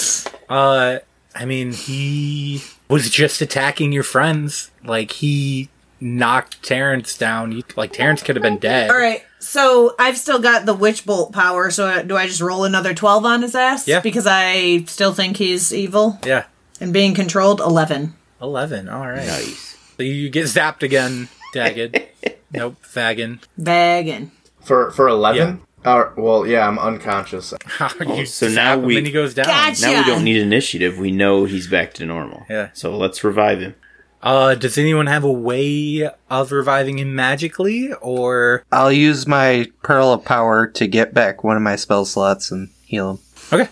Speaker 5: Uh, I mean, he was just attacking your friends. Like he knocked Terrence down. He, like Terrence could have been dead.
Speaker 2: All right. So I've still got the witch bolt power. So do I just roll another twelve on his ass?
Speaker 5: Yeah.
Speaker 2: Because I still think he's evil
Speaker 5: Yeah.
Speaker 2: and being controlled. Eleven.
Speaker 5: Eleven. All right.
Speaker 4: Nice.
Speaker 5: So you get zapped again, Dagged. nope. Fagin.
Speaker 2: Bagging.
Speaker 3: for for 11. Uh, well, yeah, I'm unconscious.
Speaker 5: Oh, you
Speaker 4: so
Speaker 5: zap
Speaker 4: now
Speaker 5: him
Speaker 4: we-
Speaker 5: and he goes down.
Speaker 2: Gotcha.
Speaker 4: Now we don't need initiative. We know he's back to normal.
Speaker 5: Yeah.
Speaker 4: So let's revive him.
Speaker 5: Uh, does anyone have a way of reviving him magically, or
Speaker 6: I'll use my pearl of power to get back one of my spell slots and heal him.
Speaker 5: okay?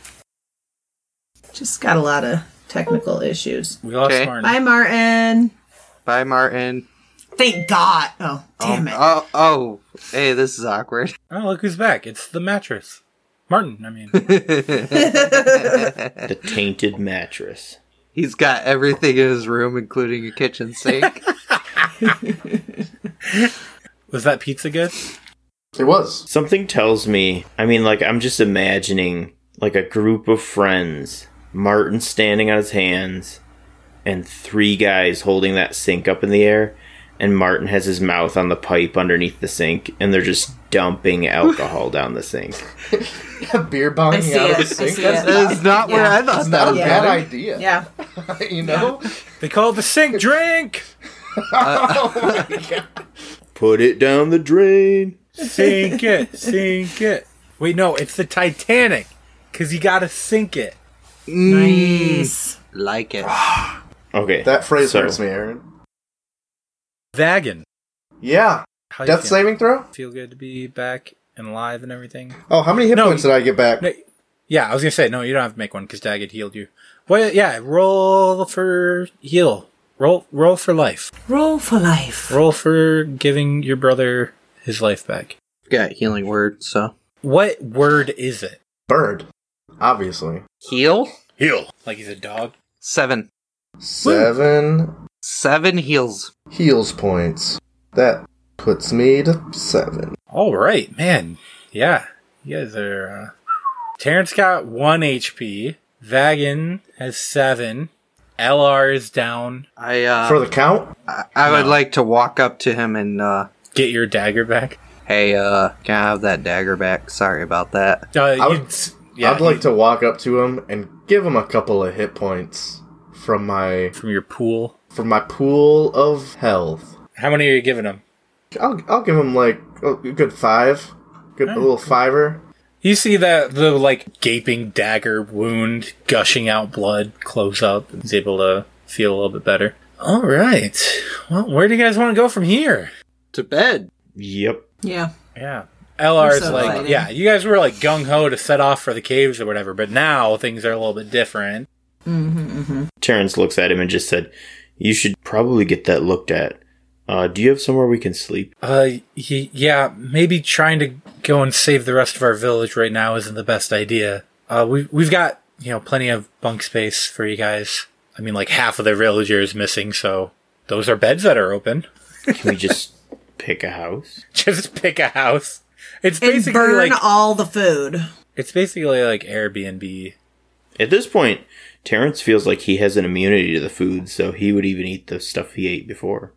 Speaker 2: Just got a lot of technical issues.
Speaker 5: We lost
Speaker 6: Okay.
Speaker 5: Martin.
Speaker 2: Bye, Martin.
Speaker 6: Bye, Martin.
Speaker 2: Thank God. Oh, damn it.
Speaker 6: Oh, oh, hey, this is awkward.
Speaker 5: Oh, look who's back! It's the mattress. Martin. I mean,
Speaker 4: The tainted mattress.
Speaker 6: He's got everything in his room, including a kitchen sink.
Speaker 5: was that pizza good?
Speaker 3: It was.
Speaker 4: Something tells me, I mean, like, I'm just imagining, like, a group of friends, Martin standing on his hands, and three guys holding that sink up in the air, and Martin has his mouth on the pipe underneath the sink, and they're just dumping alcohol down the sink.
Speaker 3: beer
Speaker 2: I
Speaker 3: bonging
Speaker 2: see
Speaker 3: out of
Speaker 2: it.
Speaker 3: the
Speaker 2: I
Speaker 3: sink.
Speaker 2: see
Speaker 3: That's
Speaker 2: it.
Speaker 6: That is not where
Speaker 2: Yeah.
Speaker 6: I thought that
Speaker 3: not a
Speaker 6: was
Speaker 3: bad
Speaker 2: Yeah.
Speaker 6: going.
Speaker 3: idea.
Speaker 2: Yeah.
Speaker 3: you know?
Speaker 5: They call the sink drink.
Speaker 4: Put it down the drain.
Speaker 5: Sink it, sink it. Wait, no, it's the Titanic, because you gotta sink it.
Speaker 2: Nice.
Speaker 6: Like it.
Speaker 4: Okay.
Speaker 3: That phrase
Speaker 4: so-
Speaker 3: hurts me, Aaron.
Speaker 5: Vaggin.
Speaker 3: Yeah.
Speaker 5: How you
Speaker 3: Death
Speaker 5: feeling?
Speaker 3: saving throw?
Speaker 5: Feel good to be back and alive and everything.
Speaker 3: Oh, how many hit
Speaker 5: No,
Speaker 3: points
Speaker 5: you-
Speaker 3: did I get back?
Speaker 5: No, yeah, I was gonna say no. You don't have to make one because Daggett healed you. But yeah, roll for heal. Roll, roll for life.
Speaker 2: Roll for life.
Speaker 5: Roll for giving your brother his life back.
Speaker 6: Got healing word, so.
Speaker 5: What word is it?
Speaker 3: Bird. Obviously.
Speaker 6: Heal?
Speaker 5: Heal. Like he's a dog.
Speaker 6: Seven.
Speaker 3: Seven
Speaker 6: Seven heals.
Speaker 3: heals points. That puts me to seven.
Speaker 5: All right, man. Yeah, you guys are. Uh... Terrence got one HP. Vagan has seven. LR is down.
Speaker 6: I, uh.
Speaker 3: For the count?
Speaker 6: I, I would
Speaker 5: No.
Speaker 6: like to walk up to him and, uh.
Speaker 5: Get your dagger back.
Speaker 6: Hey, uh. Can I have that dagger back? Sorry about that.
Speaker 5: Uh,
Speaker 3: I would-
Speaker 5: you'd- yeah,
Speaker 3: I'd like
Speaker 5: you-
Speaker 3: to walk up to him and give him a couple of hit points from my
Speaker 5: from your pool.
Speaker 3: from my pool of health.
Speaker 5: How many are you giving him?
Speaker 3: I'll I'll give him like a good five, good a little fiver.
Speaker 5: You see that the like gaping dagger wound, gushing out blood, close up. He's able to feel a little bit better. All right. Well, where do you guys want to go from here?
Speaker 6: To bed.
Speaker 4: Yep.
Speaker 2: Yeah.
Speaker 5: Yeah. LR's
Speaker 2: so
Speaker 5: like,
Speaker 2: excited.
Speaker 5: yeah, you guys were like gung ho to set off for the caves or whatever, but now things are a little bit different.
Speaker 4: Terrence looks at him and just said, "You should probably get that looked at. Uh, do you have somewhere we can sleep?"
Speaker 5: Uh, y- yeah, maybe trying to go and save the rest of our village right now isn't the best idea. Uh, we we've got you know plenty of bunk space for you guys. I mean, like half of the villagers missing, so those are beds that are open.
Speaker 4: Can we just pick a house?
Speaker 5: Just pick a house. It's
Speaker 2: And
Speaker 5: basically
Speaker 2: burn
Speaker 5: like
Speaker 2: all the food.
Speaker 5: it's basically like Airbnb.
Speaker 4: At this point, Terrence feels like he has an immunity to the food, so he would even eat the stuff he ate before.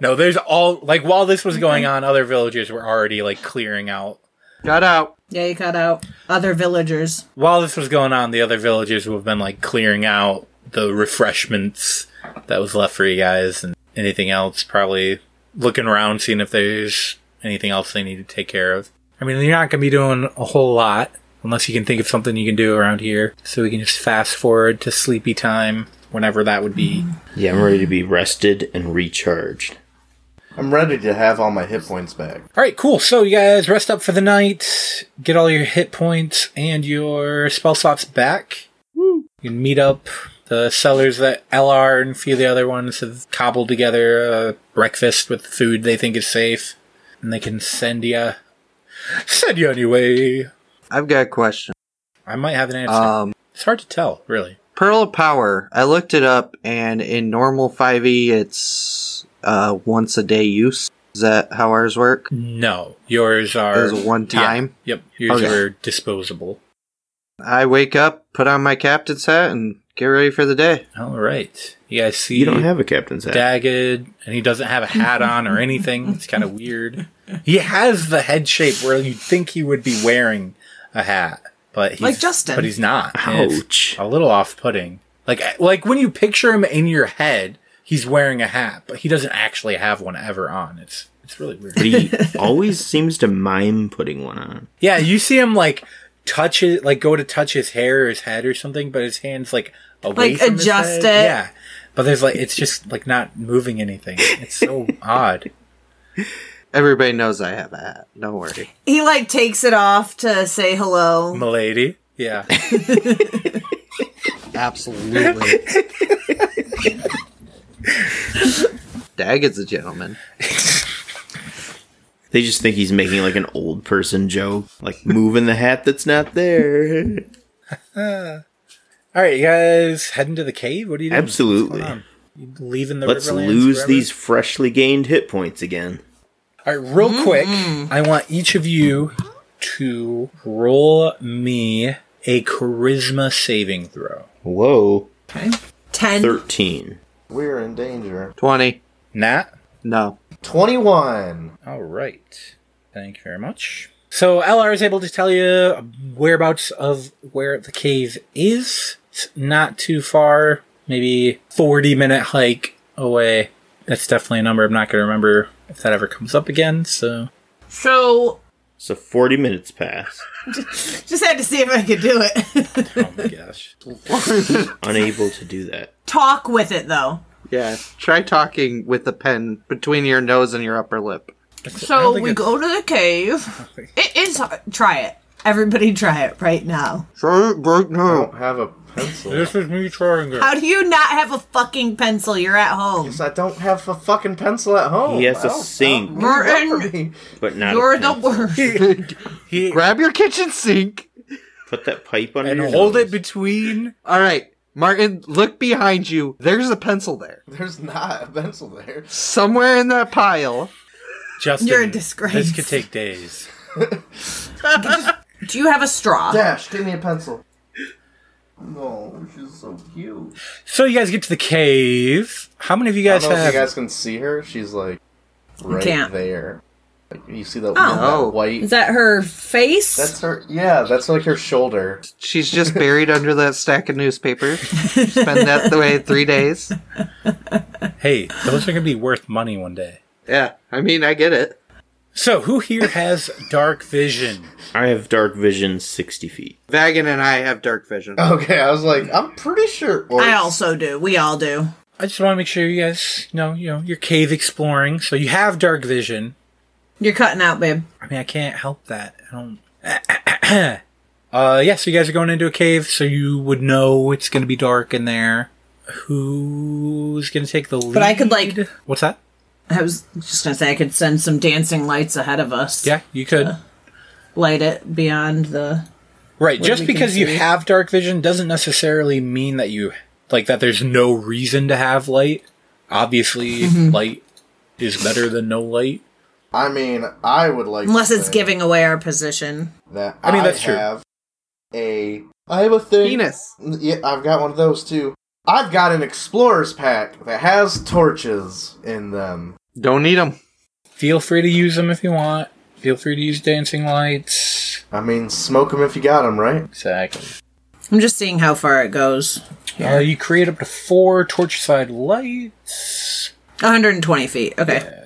Speaker 5: No, there's all like while this was going on, other villagers were already like clearing out
Speaker 6: Got out.
Speaker 2: Yeah, you cut out other villagers.
Speaker 5: while this was going on, the other villagers would have been like clearing out the refreshments that was left for you guys and anything else, probably looking around, seeing if there's anything else they need to take care of. I mean, you're not going to be doing a whole lot unless you can think of something you can do around here. So we can just fast forward to sleepy time whenever that would be.
Speaker 4: Yeah, I'm ready to be rested and recharged.
Speaker 3: I'm ready to have all my hit points back.
Speaker 5: All right, cool. So you guys rest up for the night, get all your hit points and your spell slots back. You can meet up the sellers that LR and a few of the other ones have cobbled together a breakfast with food they think is safe, and they can send you send you on your way.
Speaker 6: I've got a question.
Speaker 5: I might have an answer.
Speaker 6: Um.
Speaker 5: it's hard to tell, really.
Speaker 6: Pearl of Power. I looked it up, and in normal 5e, it's uh, once a day use. Is that how ours work?
Speaker 5: No, yours are
Speaker 6: It was one
Speaker 5: Yeah,
Speaker 6: time.
Speaker 5: yep, yours
Speaker 6: Okay.
Speaker 5: are disposable.
Speaker 6: I wake up, put on my captain's hat, and get ready for the day.
Speaker 5: All right, you guys see
Speaker 4: You don't have a captain's hat.
Speaker 5: dagged and he doesn't have a hat on or anything. It's kind of weird. He has the head shape where you'd think he would be wearing a hat, but he's,
Speaker 2: Like Justin.
Speaker 5: but he's not. And it's
Speaker 4: Ouch.
Speaker 5: a little off-putting. Like like when you picture him in your head, he's wearing a hat, but he doesn't actually have one ever on. It's it's really weird.
Speaker 4: But he always seems to mime putting one on.
Speaker 5: Yeah, you see him like touch it, like go to touch his hair or his head or something, but his hands like away
Speaker 2: Like,
Speaker 5: from his
Speaker 2: adjust
Speaker 5: head.
Speaker 2: it.
Speaker 5: Yeah, but there's like it's just like not moving anything. It's so odd.
Speaker 6: Everybody knows I have a hat. Don't worry.
Speaker 2: He like takes it off to say hello.
Speaker 5: Milady. Yeah.
Speaker 6: Absolutely. Daggett's a gentleman.
Speaker 4: They just think he's making like an old person joke, like moving the hat that's not there.
Speaker 5: All right, you guys heading to the cave? What are you doing?
Speaker 4: Absolutely.
Speaker 5: What's going on? You leaving the
Speaker 4: Let's
Speaker 5: Riverlands
Speaker 4: lose
Speaker 5: forever?
Speaker 4: these freshly gained hit points again.
Speaker 5: All right, real quick, I want each of you to roll me a charisma saving throw.
Speaker 4: Whoa.
Speaker 2: Ten.
Speaker 4: 13.
Speaker 3: We're in danger.
Speaker 6: Twenty.
Speaker 5: Nat,
Speaker 6: No.
Speaker 3: 21.
Speaker 5: All right. Thank you very much. So LR is able to tell you whereabouts of where the cave is. It's not too far, maybe 40 minute hike away. That's definitely a number I'm not going to remember if that ever comes up again. So
Speaker 2: So
Speaker 4: So 40 minutes pass.
Speaker 2: just had to see if I could do it.
Speaker 5: oh my gosh,
Speaker 4: Unable to do that.
Speaker 2: Talk with it though.
Speaker 6: Yeah. Try talking with a pen between your nose and your upper lip.
Speaker 5: I don't
Speaker 2: So
Speaker 5: think
Speaker 2: we
Speaker 5: it's-
Speaker 2: go to the cave.
Speaker 5: think-
Speaker 2: It is. uh, Try it. Everybody, try it right now.
Speaker 6: Try it right
Speaker 3: I
Speaker 6: now.
Speaker 3: don't have a pencil.
Speaker 5: this is me trying it.
Speaker 2: How do you not have a fucking pencil? You're at home.
Speaker 3: I don't have a fucking pencil at home.
Speaker 4: He has
Speaker 3: I
Speaker 4: a
Speaker 3: don't-
Speaker 4: sink,
Speaker 2: Martin,
Speaker 4: but not. a
Speaker 2: you're the
Speaker 4: pen.
Speaker 2: worst.
Speaker 5: He-
Speaker 6: Grab your kitchen sink.
Speaker 4: Put that pipe under
Speaker 5: and
Speaker 4: your
Speaker 5: hold
Speaker 4: nose.
Speaker 5: it between.
Speaker 6: All right, Martin, look behind you. There's a pencil there.
Speaker 3: There's not a pencil there.
Speaker 6: Somewhere in that pile.
Speaker 5: Justin,
Speaker 2: You're a disgrace.
Speaker 5: This could take days.
Speaker 2: Do you have a straw?
Speaker 3: Dash, give me a pencil. No, she's so cute.
Speaker 5: So you guys get to the cave. How many of you
Speaker 3: I
Speaker 5: guys
Speaker 3: don't know if
Speaker 5: have?
Speaker 3: you guys can see her. She's like right
Speaker 2: Can't.
Speaker 3: there. Like, you see that,
Speaker 6: Oh.
Speaker 3: that white?
Speaker 2: Is that her face?
Speaker 3: That's her. Yeah, that's like her shoulder.
Speaker 6: She's just buried under that stack of newspaper. Spend that the way three days.
Speaker 5: hey, those are going to be worth money one day.
Speaker 6: Yeah, I mean, I get it.
Speaker 5: So who here has dark vision?
Speaker 4: I have dark vision 60 feet.
Speaker 6: Vagan and I have dark vision.
Speaker 3: Okay, I was like, I'm pretty sure. Or,
Speaker 2: I also do. We all do.
Speaker 5: I just want to make sure you guys know, you know, you're cave exploring, so you have dark vision.
Speaker 2: You're cutting out, babe.
Speaker 5: I mean, I can't help that. I don't. uh, yeah, so you guys are going into a cave, so you would know it's going to be dark in there. Who's going to take the lead?
Speaker 2: But I could, like-
Speaker 5: What's that?
Speaker 2: I was just gonna say I could send some dancing lights ahead of us.
Speaker 5: Yeah, you could.
Speaker 2: Uh, Light it beyond the.
Speaker 5: Right, just
Speaker 2: we can
Speaker 5: because you
Speaker 2: see.
Speaker 5: have dark vision doesn't necessarily mean that you like that there's no reason to have light. Obviously,
Speaker 2: Mm-hmm.
Speaker 5: light is better than no light.
Speaker 3: I mean, I would like
Speaker 2: Unless
Speaker 3: to
Speaker 2: it's
Speaker 3: say
Speaker 2: giving away our position.
Speaker 3: That
Speaker 5: I mean, that's true.
Speaker 3: have A. I have a thing.
Speaker 6: Penis.
Speaker 3: Yeah, I've got one of those too. I've got an explorer's pack that has torches in them.
Speaker 6: Don't need them.
Speaker 5: Feel free to use them if you want. Feel free to use dancing lights.
Speaker 3: I mean, smoke them if you got them, right?
Speaker 5: Exactly.
Speaker 2: I'm just seeing how far it goes.
Speaker 5: Uh, you create up to four torch side lights.
Speaker 2: 120 feet. Okay.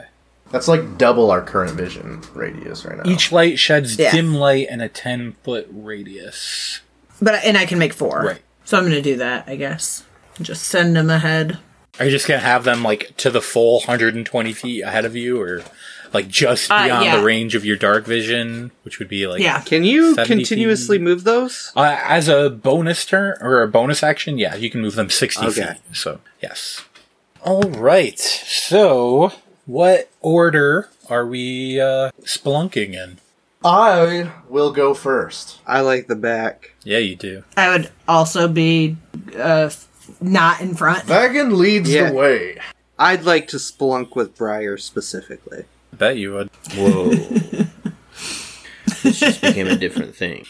Speaker 3: That's like double our current vision radius right now.
Speaker 5: Each light sheds
Speaker 2: Yeah.
Speaker 5: dim light in a ten foot radius.
Speaker 2: But and I can make four.
Speaker 5: Right.
Speaker 2: So I'm gonna do that, I guess. Just send them ahead.
Speaker 5: Are you just gonna have them like to the full 120 feet ahead of you, or like just
Speaker 2: Uh,
Speaker 5: beyond
Speaker 2: yeah.
Speaker 5: the range of your dark vision, which would be like
Speaker 2: Yeah.
Speaker 6: Can you
Speaker 5: 70
Speaker 6: continuously
Speaker 5: feet.
Speaker 6: move those?
Speaker 5: Uh, as a bonus turn or a bonus action, yeah, you can move them 60
Speaker 6: Okay.
Speaker 5: feet. So, yes. All right. So, what order are we uh, spelunking in?
Speaker 3: I will go first.
Speaker 6: I like the back.
Speaker 5: Yeah, you do.
Speaker 2: I would also be uh f- not in front.
Speaker 3: Vagan leads
Speaker 6: Yeah.
Speaker 3: the way.
Speaker 6: I'd like to splunk with Briar specifically.
Speaker 5: I bet you would.
Speaker 4: Whoa. this just became a different thing.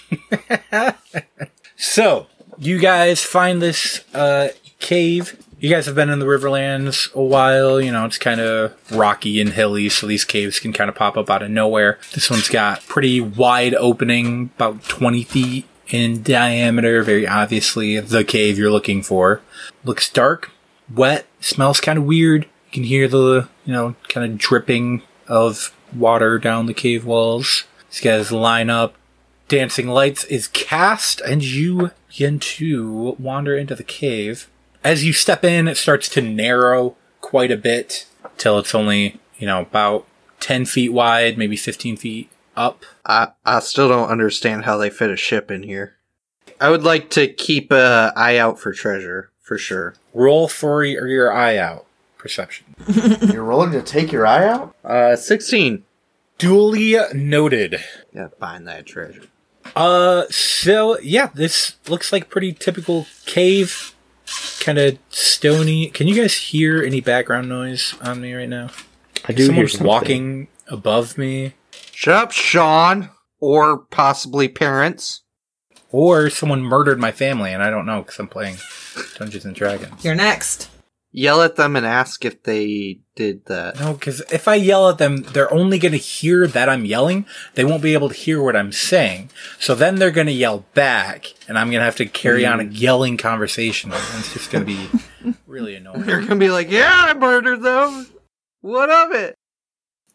Speaker 5: So, you guys find this uh, cave. You guys have been in the Riverlands a while. You know, it's kind of rocky and hilly, so these caves can kind of pop up out of nowhere. This one's got pretty wide opening, about 20 feet in diameter, very obviously the cave you're looking for. Looks dark, wet, smells kind of weird. You can hear the, you know, kind of dripping of water down the cave walls. These guys line up, Dancing Lights is cast, and you begin to wander into the cave. As you step in, it starts to narrow quite a bit till it's only, you know, about 10 feet wide, maybe 15 feet up.
Speaker 6: I I still don't understand how they fit a ship in here. I would like to keep a eye out for treasure for sure.
Speaker 5: Roll for your your eye out perception.
Speaker 3: You're rolling to take your eye out?
Speaker 6: Uh, sixteen.
Speaker 5: Duly noted.
Speaker 6: Yeah, find that treasure.
Speaker 5: Uh, so yeah, this looks like pretty typical cave, kind of stony. Can you guys hear any background noise on me right now?
Speaker 4: I do hear
Speaker 5: Someone's
Speaker 4: something.
Speaker 5: walking above me.
Speaker 6: Shut up, Sean, or possibly parents.
Speaker 5: or someone murdered my family and I don't know because I'm playing Dungeons and Dragons.
Speaker 2: You're next.
Speaker 6: Yell at them and ask if they did that.
Speaker 5: No, because if I yell at them, they're only going to hear that I'm yelling. They won't be able to hear what I'm saying. So then they're going to yell back, and I'm going to have to carry on a
Speaker 6: Hmm.
Speaker 5: yelling conversation. And it's just going to be really
Speaker 6: They're
Speaker 5: annoying.
Speaker 6: gonna be like, "Yeah, I murdered them. What of it?"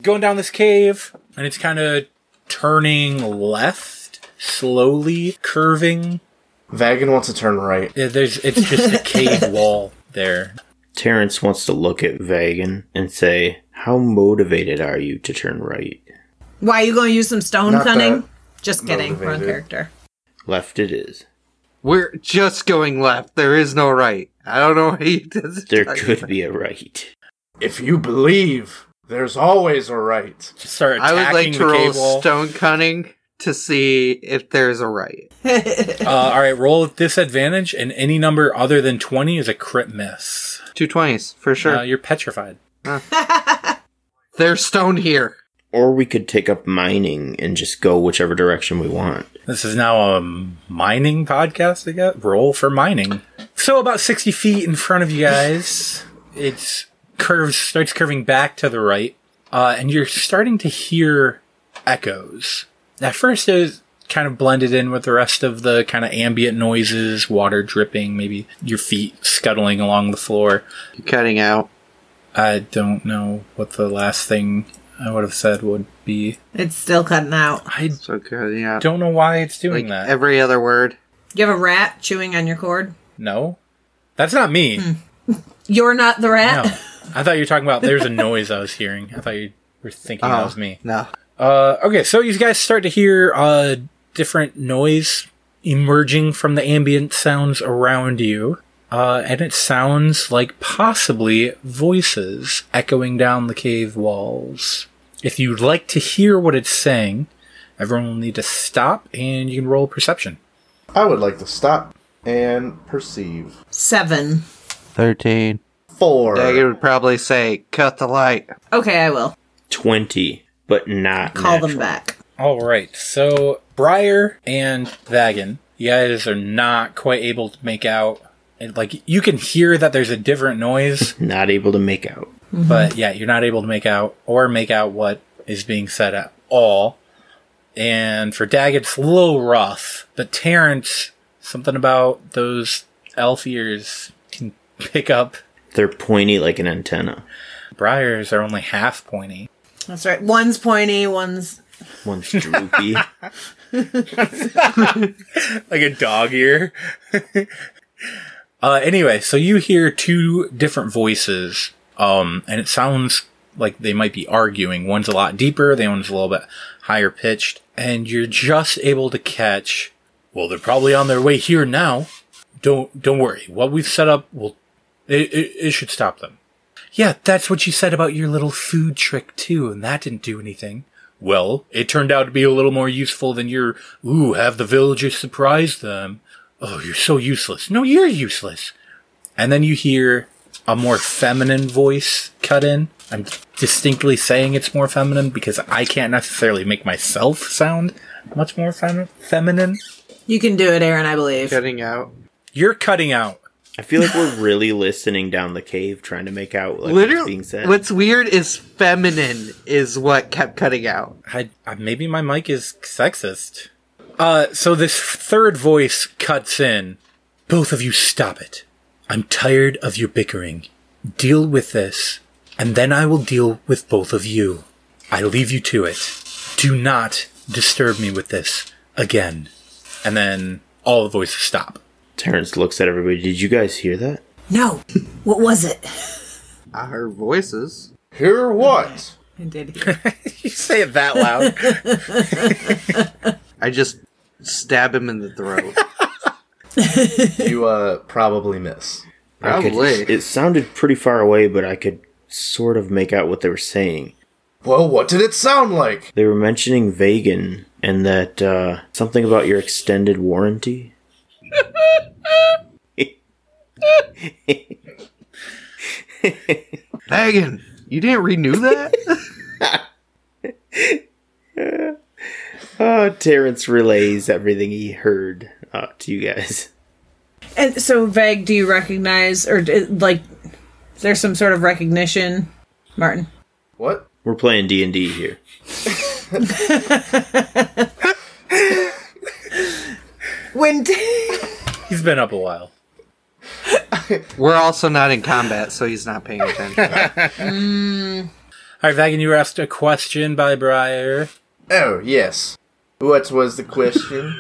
Speaker 5: Going down this cave, and it's kind of turning left, slowly curving.
Speaker 3: Vagan wants to turn right.
Speaker 5: Yeah, There's, it's just a cave wall there.
Speaker 4: Terrence wants to look at Vagan and say, How motivated are you to turn right?
Speaker 2: Why you going to use some stone
Speaker 3: Not
Speaker 2: cunning?
Speaker 3: that
Speaker 2: Just kidding. Wrong
Speaker 3: motivated.
Speaker 2: character.
Speaker 4: Left it is.
Speaker 6: We're just going left. There is no right. I don't know why you did this.
Speaker 4: There could be a right.
Speaker 3: If you believe, there's always a right.
Speaker 5: Just start
Speaker 6: I
Speaker 5: attacking
Speaker 6: would like to
Speaker 5: the
Speaker 6: roll
Speaker 5: cave wall.
Speaker 6: stone cunning to see if there's a right.
Speaker 5: Uh, all right, roll at disadvantage, and any number other than 20 is a crit miss.
Speaker 6: Two twenties for sure.
Speaker 5: Uh, you're petrified.
Speaker 6: They're stone here.
Speaker 4: Or we could take up mining and just go whichever direction we want.
Speaker 5: This is now a mining podcast, I guess. Roll for mining. So, about 60 feet in front of you guys, it's curves, starts curving back to the right, uh, and you're starting to hear echoes. At first, it was kind of blended in with the rest of the kind of ambient noises, water dripping, maybe your feet scuttling along the floor.
Speaker 6: You're cutting out.
Speaker 5: I don't know what the last thing I would have said would be.
Speaker 2: It's still cutting out.
Speaker 5: I
Speaker 6: So cutting out.
Speaker 5: don't know why it's doing
Speaker 6: like
Speaker 5: that.
Speaker 6: every other word.
Speaker 2: You have a rat chewing on your cord.
Speaker 5: no, that's not me.
Speaker 2: You're not the
Speaker 5: No,
Speaker 2: rat.
Speaker 5: I thought you were talking about. There's a noise I was hearing. I thought you were thinking that was me.
Speaker 6: No.
Speaker 5: Uh, okay, so you guys start to hear uh, different noise emerging from the ambient sounds around you, uh, and it sounds like possibly voices echoing down the cave walls. If you'd like to hear what it's saying, everyone will need to stop, and you can roll perception.
Speaker 3: I would like to stop and perceive.
Speaker 2: Seven.
Speaker 6: Thirteen.
Speaker 3: Four.
Speaker 6: Dagger would probably say, "Cut the light."
Speaker 2: Okay, I will
Speaker 4: 20, but not
Speaker 2: call them
Speaker 4: natural.
Speaker 2: back.
Speaker 5: All right, so Briar and Vagan, you guys are not quite able to make out. And, like you can hear that there's a different noise,
Speaker 4: Not able to make out.
Speaker 5: but yeah, you're not able to make out or make out what is being said at all. And for Dag, it's a little rough, but Terrence, something about those elf ears can pick up.
Speaker 4: They're pointy like an antenna.
Speaker 5: Briars are only half pointy.
Speaker 2: That's right. One's pointy. One's
Speaker 4: One's droopy.
Speaker 5: like a dog ear. uh, anyway, so you hear two different voices, um, and it sounds like they might be arguing. One's a lot deeper, the one's a little bit higher pitched, and you're just able to catch. Well, they're probably on their way here now. Don't don't worry. What we've set up will it, it, it should stop them. Yeah, that's what you said about your little food trick too, and that didn't do anything. Well, it turned out to be a little more useful than your, ooh, have the villagers surprise them. Oh, you're so useless. No, you're useless. And then you hear a more feminine voice cut in. I'm distinctly saying it's more feminine because I can't necessarily make myself sound much more fem- feminine.
Speaker 2: you can do it, Aaron. I believe.
Speaker 6: Cutting out.
Speaker 5: You're cutting out.
Speaker 4: I feel like we're really listening down the cave trying to make out like what's
Speaker 6: Literally,
Speaker 4: being said.
Speaker 6: what's weird is feminine is what kept cutting out.
Speaker 5: I, I, maybe my mic is sexist. Uh, so this third voice cuts in. Both of you stop it. I'm tired of your bickering. Deal with this, and then I will deal with both of you. I leave you to it. Do not disturb me with this again. And then all the voices stop.
Speaker 4: Terrence looks at everybody. Did you guys hear that?
Speaker 2: No. What was it?
Speaker 6: Our Uh, voices.
Speaker 3: Hear what?
Speaker 2: I did. hear.
Speaker 5: You say it that loud.
Speaker 6: I just stab him in the throat.
Speaker 3: you uh probably miss.
Speaker 4: I could-
Speaker 6: Probably.
Speaker 4: it sounded pretty far away, but I could sort of make out what they were saying.
Speaker 3: Well, what did it sound like?
Speaker 4: They were mentioning Vagan and that uh, something about your extended warranty.
Speaker 6: Megan, you didn't renew that?
Speaker 4: Uh, Terrence relays everything he heard uh, to you guys.
Speaker 2: and so, Veg, do you recognize or d- like? Is there some sort of recognition, Martin?
Speaker 3: What?
Speaker 4: We're playing D and D here.
Speaker 2: When
Speaker 5: He's been up a while.
Speaker 6: We're also not in combat, so he's not paying attention.
Speaker 5: All right, Vagan, you were asked a question by Briar.
Speaker 3: Oh, yes. What was the question?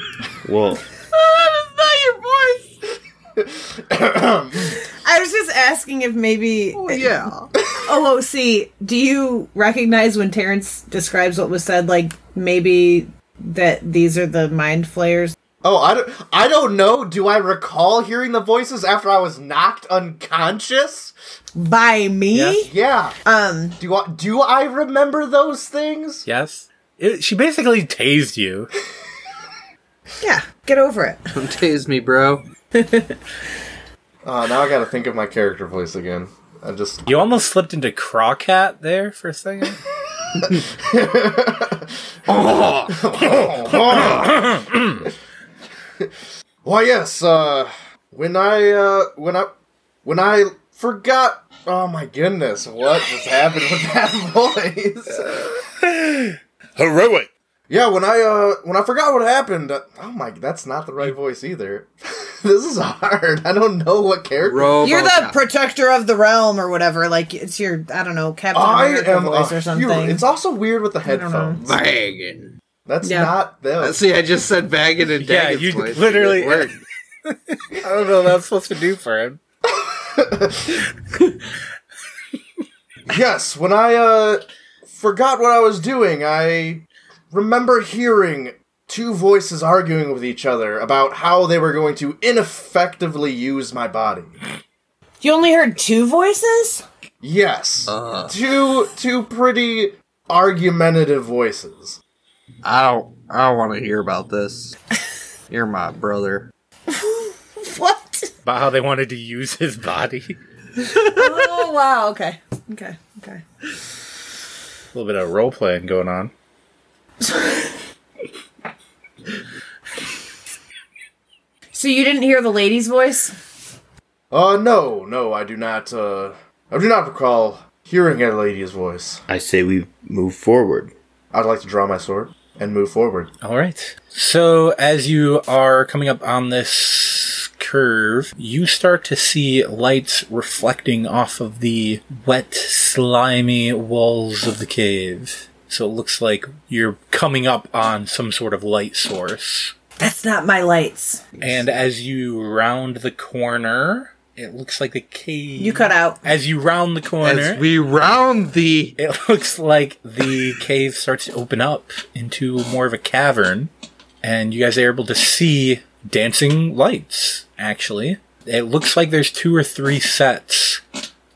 Speaker 4: Well,
Speaker 2: that is not your voice. I was just asking if maybe
Speaker 6: yeah.
Speaker 2: Oh, see, do you recognize when Terrence describes what was said? Like maybe that these are the mind flayers.
Speaker 3: oh, I don't, I don't know. Do I recall hearing the voices after I was knocked unconscious?
Speaker 2: By me?
Speaker 5: Yes.
Speaker 3: Yeah. Uh,
Speaker 2: Um,
Speaker 3: Do I, do I remember those things?
Speaker 5: Yes? It, she basically tased you.
Speaker 2: yeah. Get over it.
Speaker 6: Don't tase me, bro.
Speaker 3: Oh, now I gotta think of my character voice again. I just.
Speaker 5: You almost slipped into Crawcat there for a second.
Speaker 3: Why yes, uh when I uh when I when I forgot Oh my goodness, what just happened with that voice?
Speaker 8: Heroic.
Speaker 3: yeah, when I uh when I forgot what happened, uh, oh my that's not the right voice either. this is hard. I don't know what character
Speaker 6: Robo
Speaker 2: You're the protector of the realm or whatever. Like it's your I don't know Captain
Speaker 3: I
Speaker 2: America
Speaker 3: am
Speaker 2: voice
Speaker 3: a
Speaker 2: or something.
Speaker 3: hero. It's also weird with the
Speaker 2: know.
Speaker 3: headphones.
Speaker 6: Vagan.
Speaker 3: That's
Speaker 2: Yeah.
Speaker 3: not them.
Speaker 6: See, I just said Vagan and
Speaker 5: Yeah,
Speaker 6: Dagon's
Speaker 5: you
Speaker 6: voice.
Speaker 5: literally-
Speaker 6: It worked.
Speaker 5: I don't know what I was supposed to do for him.
Speaker 3: Yes, when I uh forgot what I was doing, I remember hearing two voices arguing with each other about how they were going to ineffectively use my body.
Speaker 2: you only heard two voices.
Speaker 3: Yes. Two two pretty argumentative voices.
Speaker 6: I don't. I don't want to hear about this. You're my brother.
Speaker 2: What?
Speaker 5: About how they wanted to use his body.
Speaker 2: oh wow. Okay. Okay. Okay.
Speaker 5: A little bit of role playing going on.
Speaker 2: So you didn't hear the lady's voice?
Speaker 3: Uh no, no, I do not uh I do not recall hearing a lady's voice.
Speaker 4: I say we move forward.
Speaker 3: I'd like to draw my sword and move forward.
Speaker 5: All right. So as you are coming up on this curve, you start to see lights reflecting off of the wet, slimy walls of the cave. So it looks like you're coming up on some sort of light source.
Speaker 2: That's not my lights.
Speaker 5: And as you round the corner, it looks like the cave.
Speaker 2: You cut out.
Speaker 5: As you round the corner,
Speaker 6: As we round the
Speaker 5: it looks like the cave starts to open up into more of a cavern, and you guys are able to see dancing lights, actually. It looks like there's two or three sets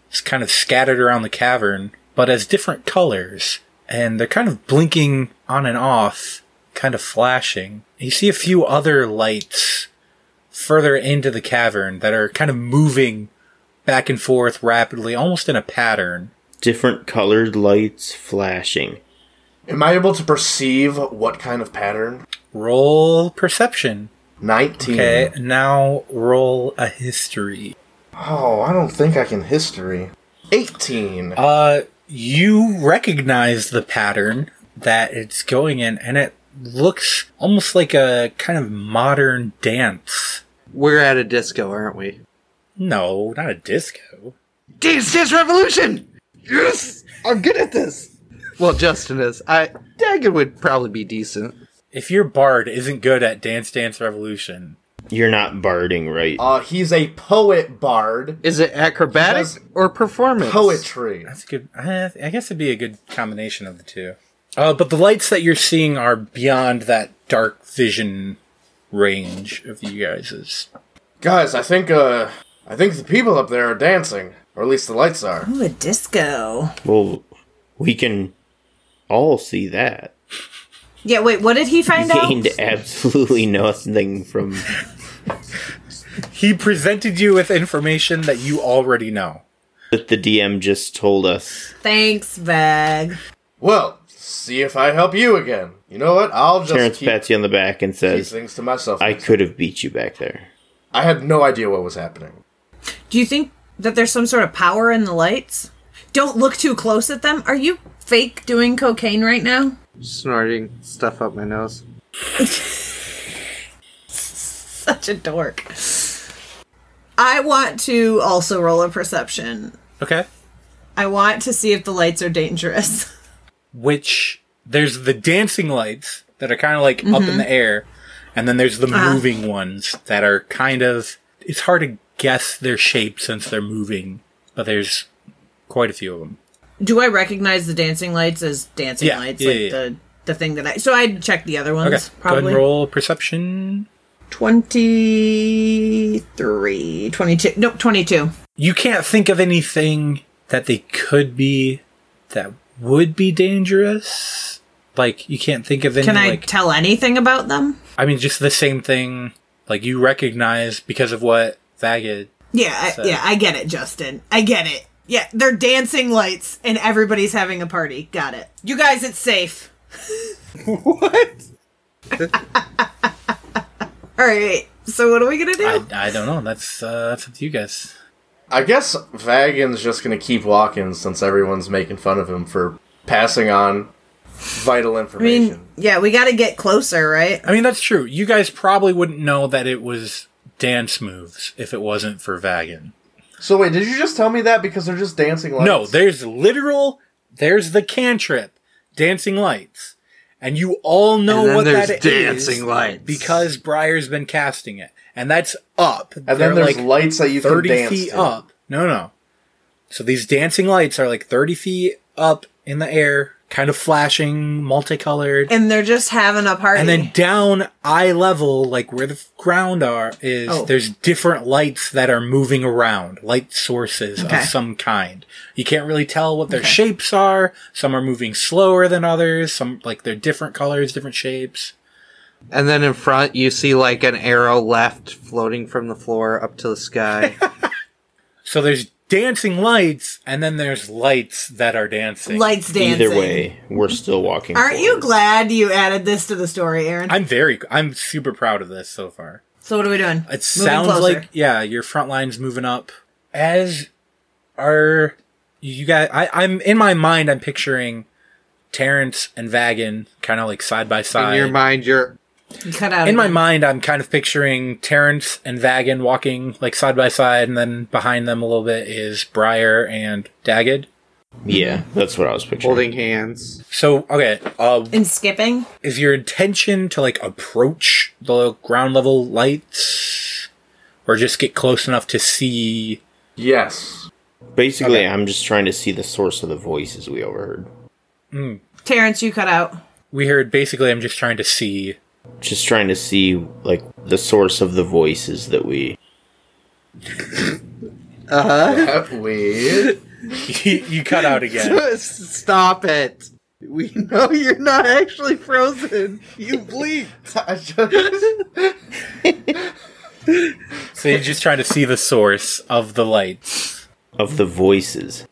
Speaker 5: it's kind of scattered around the cavern, but as different colors, and they're kind of blinking on and off, kind of flashing. You see a few other lights further into the cavern that are kind of moving back and forth rapidly, almost in a pattern.
Speaker 4: Different colored lights flashing.
Speaker 3: Am I able to perceive what kind of pattern?
Speaker 5: Roll perception.
Speaker 3: 19.
Speaker 5: Okay, now roll a history.
Speaker 3: Oh, I don't think I can history. 18.
Speaker 5: Uh, you recognize the pattern that it's going in, and it looks almost like a kind of modern dance.
Speaker 6: we're at a disco, aren't we?
Speaker 5: No, not a disco.
Speaker 6: Dance Dance Revolution. Yes, I'm good at this. Well, Justin is. I Dagon would probably be decent.
Speaker 5: If your bard isn't good at Dance Dance Revolution,
Speaker 4: You're not barding, right?
Speaker 3: Uh, he's a poet bard.
Speaker 6: Is it acrobatic
Speaker 3: Does-
Speaker 6: or performance?
Speaker 3: Poetry.
Speaker 5: that's a good. I I guess it'd be a good combination of the two. Uh, but the lights that you're seeing are beyond that dark vision range of you guys'.
Speaker 3: Guys, I think, uh, I think the people up there are dancing. Or at least the lights are.
Speaker 2: Ooh, a disco.
Speaker 4: Well, we can all see that.
Speaker 2: Yeah, wait, what did he
Speaker 4: You
Speaker 2: find out?
Speaker 4: gained absolutely nothing from.
Speaker 5: He presented you with information that you already know.
Speaker 4: that the DM just told us.
Speaker 2: Thanks, Bag.
Speaker 3: Well, see if I help you again. You know what? I'll just
Speaker 4: Terrence
Speaker 3: keep
Speaker 4: pats you on the back and
Speaker 3: these
Speaker 4: says,
Speaker 3: things to myself.
Speaker 4: I could have beat you back there.
Speaker 3: I had no idea what was happening.
Speaker 2: Do you think That there's some sort of power in the lights? Don't look too close at them. Are you fake doing cocaine right now?
Speaker 6: Snorting stuff up my nose.
Speaker 2: Such a dork. I want to also roll a perception.
Speaker 5: Okay.
Speaker 2: I want to see if the lights are dangerous.
Speaker 5: Which there's the dancing lights that are kind of like up
Speaker 2: Mm-hmm.
Speaker 5: in the air, and then there's the
Speaker 2: Uh-huh.
Speaker 5: moving ones that are kind of. It's hard to guess their shape since they're moving, but there's quite a few of them.
Speaker 2: Do I recognize the dancing lights as dancing
Speaker 5: Yeah,
Speaker 2: lights?
Speaker 5: yeah,
Speaker 2: like
Speaker 5: yeah.
Speaker 2: the the thing that I so I'd check the other ones
Speaker 5: Okay. Go ahead
Speaker 2: probably.
Speaker 5: and roll perception.
Speaker 2: 23 22 nope 22
Speaker 5: you can't think of anything that they could be that would be dangerous. Like you can't think of any.
Speaker 2: can i
Speaker 5: like,
Speaker 2: tell anything about them
Speaker 5: I mean, just the same thing. Like you recognize because of what Vagid.
Speaker 2: yeah I, yeah i get it justin i get it yeah they're dancing lights and everybody's having a party got it you guys it's safe what all right so what are we gonna do
Speaker 5: I, I don't know. That's uh, that's up to you guys.
Speaker 3: I guess Vagan's just gonna keep walking since everyone's making fun of him for passing on vital
Speaker 2: I
Speaker 3: information.
Speaker 2: mean, yeah, we got to get closer, right?
Speaker 5: I mean, that's true. You guys probably wouldn't know that it was dance moves if it wasn't for Vagin.
Speaker 3: so wait, did you just tell me that because they're just dancing lights?
Speaker 5: No, there's literal. There's the cantrip, dancing lights, and you all know
Speaker 6: And then
Speaker 5: what
Speaker 6: there's
Speaker 5: that
Speaker 6: dancing
Speaker 5: is
Speaker 6: lights.
Speaker 5: because Briar's been casting it, and that's up.
Speaker 3: and then there's
Speaker 5: like
Speaker 3: lights that you can
Speaker 5: thirty
Speaker 3: dance
Speaker 5: feet
Speaker 3: to.
Speaker 5: up. No, no. So these dancing lights are like thirty feet up in the air, kind of flashing, multicolored,
Speaker 2: And they're just having a party.
Speaker 5: and then down eye level, like where the ground are, is
Speaker 2: Oh.
Speaker 5: there's different lights that are moving around, light sources
Speaker 2: Okay.
Speaker 5: of some kind. You can't really tell what their shapes are. Some are moving slower than others. Some like they're different colors, different shapes.
Speaker 6: And then in front, you see like an arrow left floating from the floor up to the sky.
Speaker 5: So there's dancing lights, and then there's lights that are dancing.
Speaker 2: lights dancing.
Speaker 4: Either way, we're still walking.
Speaker 2: Aren't you
Speaker 4: forward.
Speaker 2: glad you added this to the story, Aaron?
Speaker 5: I'm very, I'm super proud of this so far.
Speaker 2: so what are we doing?
Speaker 5: It sounds
Speaker 2: closer.
Speaker 5: like yeah, your front line's moving up. As are you guys? I, I'm in my mind. I'm picturing Terrence and Vagan kind of like side by
Speaker 6: in your
Speaker 5: side.
Speaker 6: mind, you're
Speaker 2: You cut out
Speaker 5: In my
Speaker 2: again.
Speaker 5: mind, I'm kind of picturing Terrence and Vagan walking like side by side, and then behind them a little bit is Briar and Dagged.
Speaker 4: Yeah, that's what I was picturing.
Speaker 6: holding hands.
Speaker 5: So okay, uh,
Speaker 2: and skipping.
Speaker 5: is your intention to like approach the ground level lights, or just get close enough to see
Speaker 3: Yes.
Speaker 4: Basically, I'm just trying to see the source of the voices we overheard.
Speaker 2: Terrence, you cut out.
Speaker 5: we heard basically i'm just trying to see
Speaker 4: Just trying to see like the source of the voices that we.
Speaker 3: That weird.
Speaker 5: you, you cut out again
Speaker 6: Stop it. We know you're not actually frozen. You bleed.
Speaker 3: I just-
Speaker 5: so you're just trying to see the source of the light
Speaker 4: Of the voices.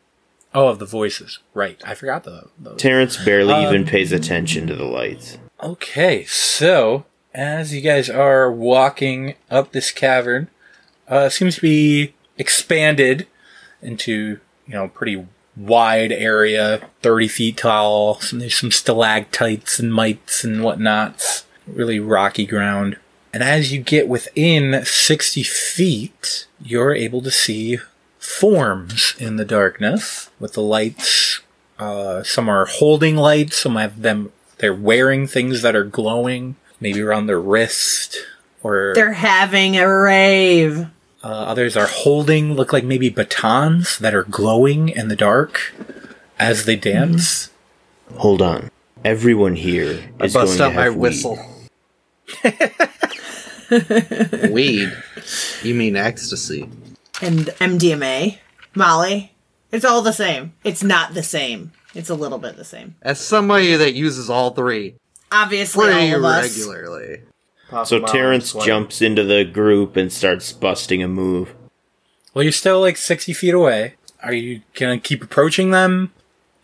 Speaker 5: oh of the voices right i forgot the, the
Speaker 4: Terrence barely
Speaker 6: Um,
Speaker 4: even pays attention to the lights.
Speaker 5: okay so as you guys are walking up this cavern uh seems to be expanded into you know pretty wide area 30 feet tall some, there's some stalactites and mites and whatnots really rocky ground And as you get within 60 feet, you're able to see forms in the darkness with the lights. Uh, some are holding lights, some have them, they're wearing things that are glowing, maybe around their wrist, or
Speaker 2: They're having a rave.
Speaker 5: uh, others are holding, look like maybe batons that are glowing in the dark as they dance.
Speaker 4: Hold on. Everyone here
Speaker 6: I
Speaker 4: is going
Speaker 6: bust
Speaker 4: to
Speaker 6: out my
Speaker 4: have weed.
Speaker 6: whistle. weed? You mean ecstasy?
Speaker 2: And MDMA. Molly. It's all the same. It's not the same. It's a little bit the same.
Speaker 6: As somebody that uses all three
Speaker 2: Obviously,
Speaker 6: pretty
Speaker 2: all of us.
Speaker 6: regularly.
Speaker 3: Pop
Speaker 4: So
Speaker 3: them out
Speaker 4: Terrence
Speaker 3: and swipe.
Speaker 4: jumps into the group and starts busting a move.
Speaker 5: Well, you're still like 60 feet away. Are you gonna keep approaching them?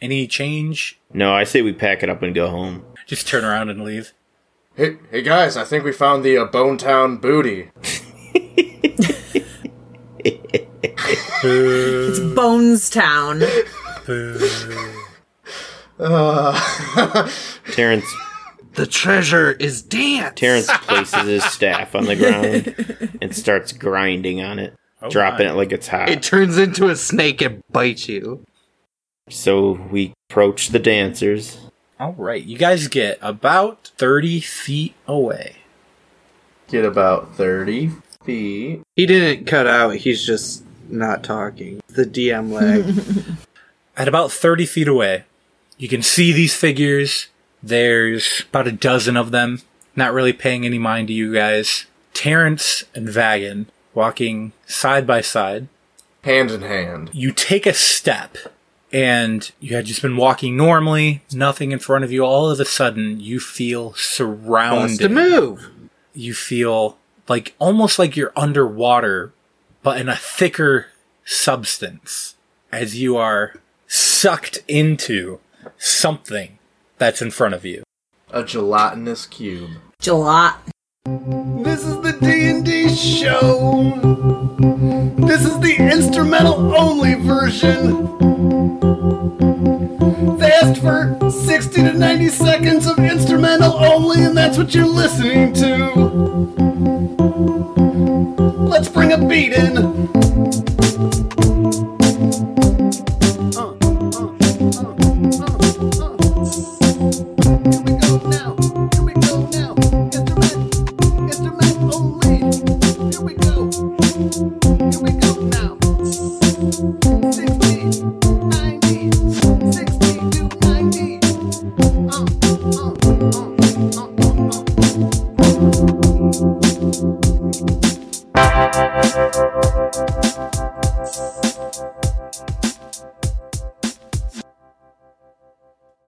Speaker 5: Any change?
Speaker 4: No, I say we pack it up and go home.
Speaker 5: Just turn around and leave.
Speaker 3: Hey, hey guys, I think we found the uh, Bonetown booty.
Speaker 2: It's Bones Town.
Speaker 3: Uh.
Speaker 4: Terrence
Speaker 6: The treasure is dance.
Speaker 4: Terrence places his staff on the ground and starts grinding on it, dropping
Speaker 5: my.
Speaker 4: it like it's hot.
Speaker 6: It turns into a snake and bites you.
Speaker 4: so we approach the dancers.
Speaker 5: All right, you guys get about 30 feet away.
Speaker 3: Get about 30 feet.
Speaker 6: He didn't cut out. He's just not talking. The DM lag.
Speaker 5: At about 30 feet away, you can see these figures. There's about a dozen of them, not really paying any mind to you guys. Terrence and Vagan walking side by side.
Speaker 3: Hand in hand.
Speaker 5: You take a step, and you had just been walking normally, nothing in front of you. All of a sudden, you feel
Speaker 6: Wants to
Speaker 5: surrounded.
Speaker 6: move.
Speaker 5: you feel like almost like you're underwater, but in a thicker substance as you are sucked into something that's in front of you.
Speaker 3: A gelatinous cube.
Speaker 2: Jalot.
Speaker 1: This is the D&D show. This is the instrumental only version. They asked for 60 to 90 seconds of instrumental only and that's what you're listening to. Let's bring a beat in. Uh, uh, uh, uh, uh. Here we go now.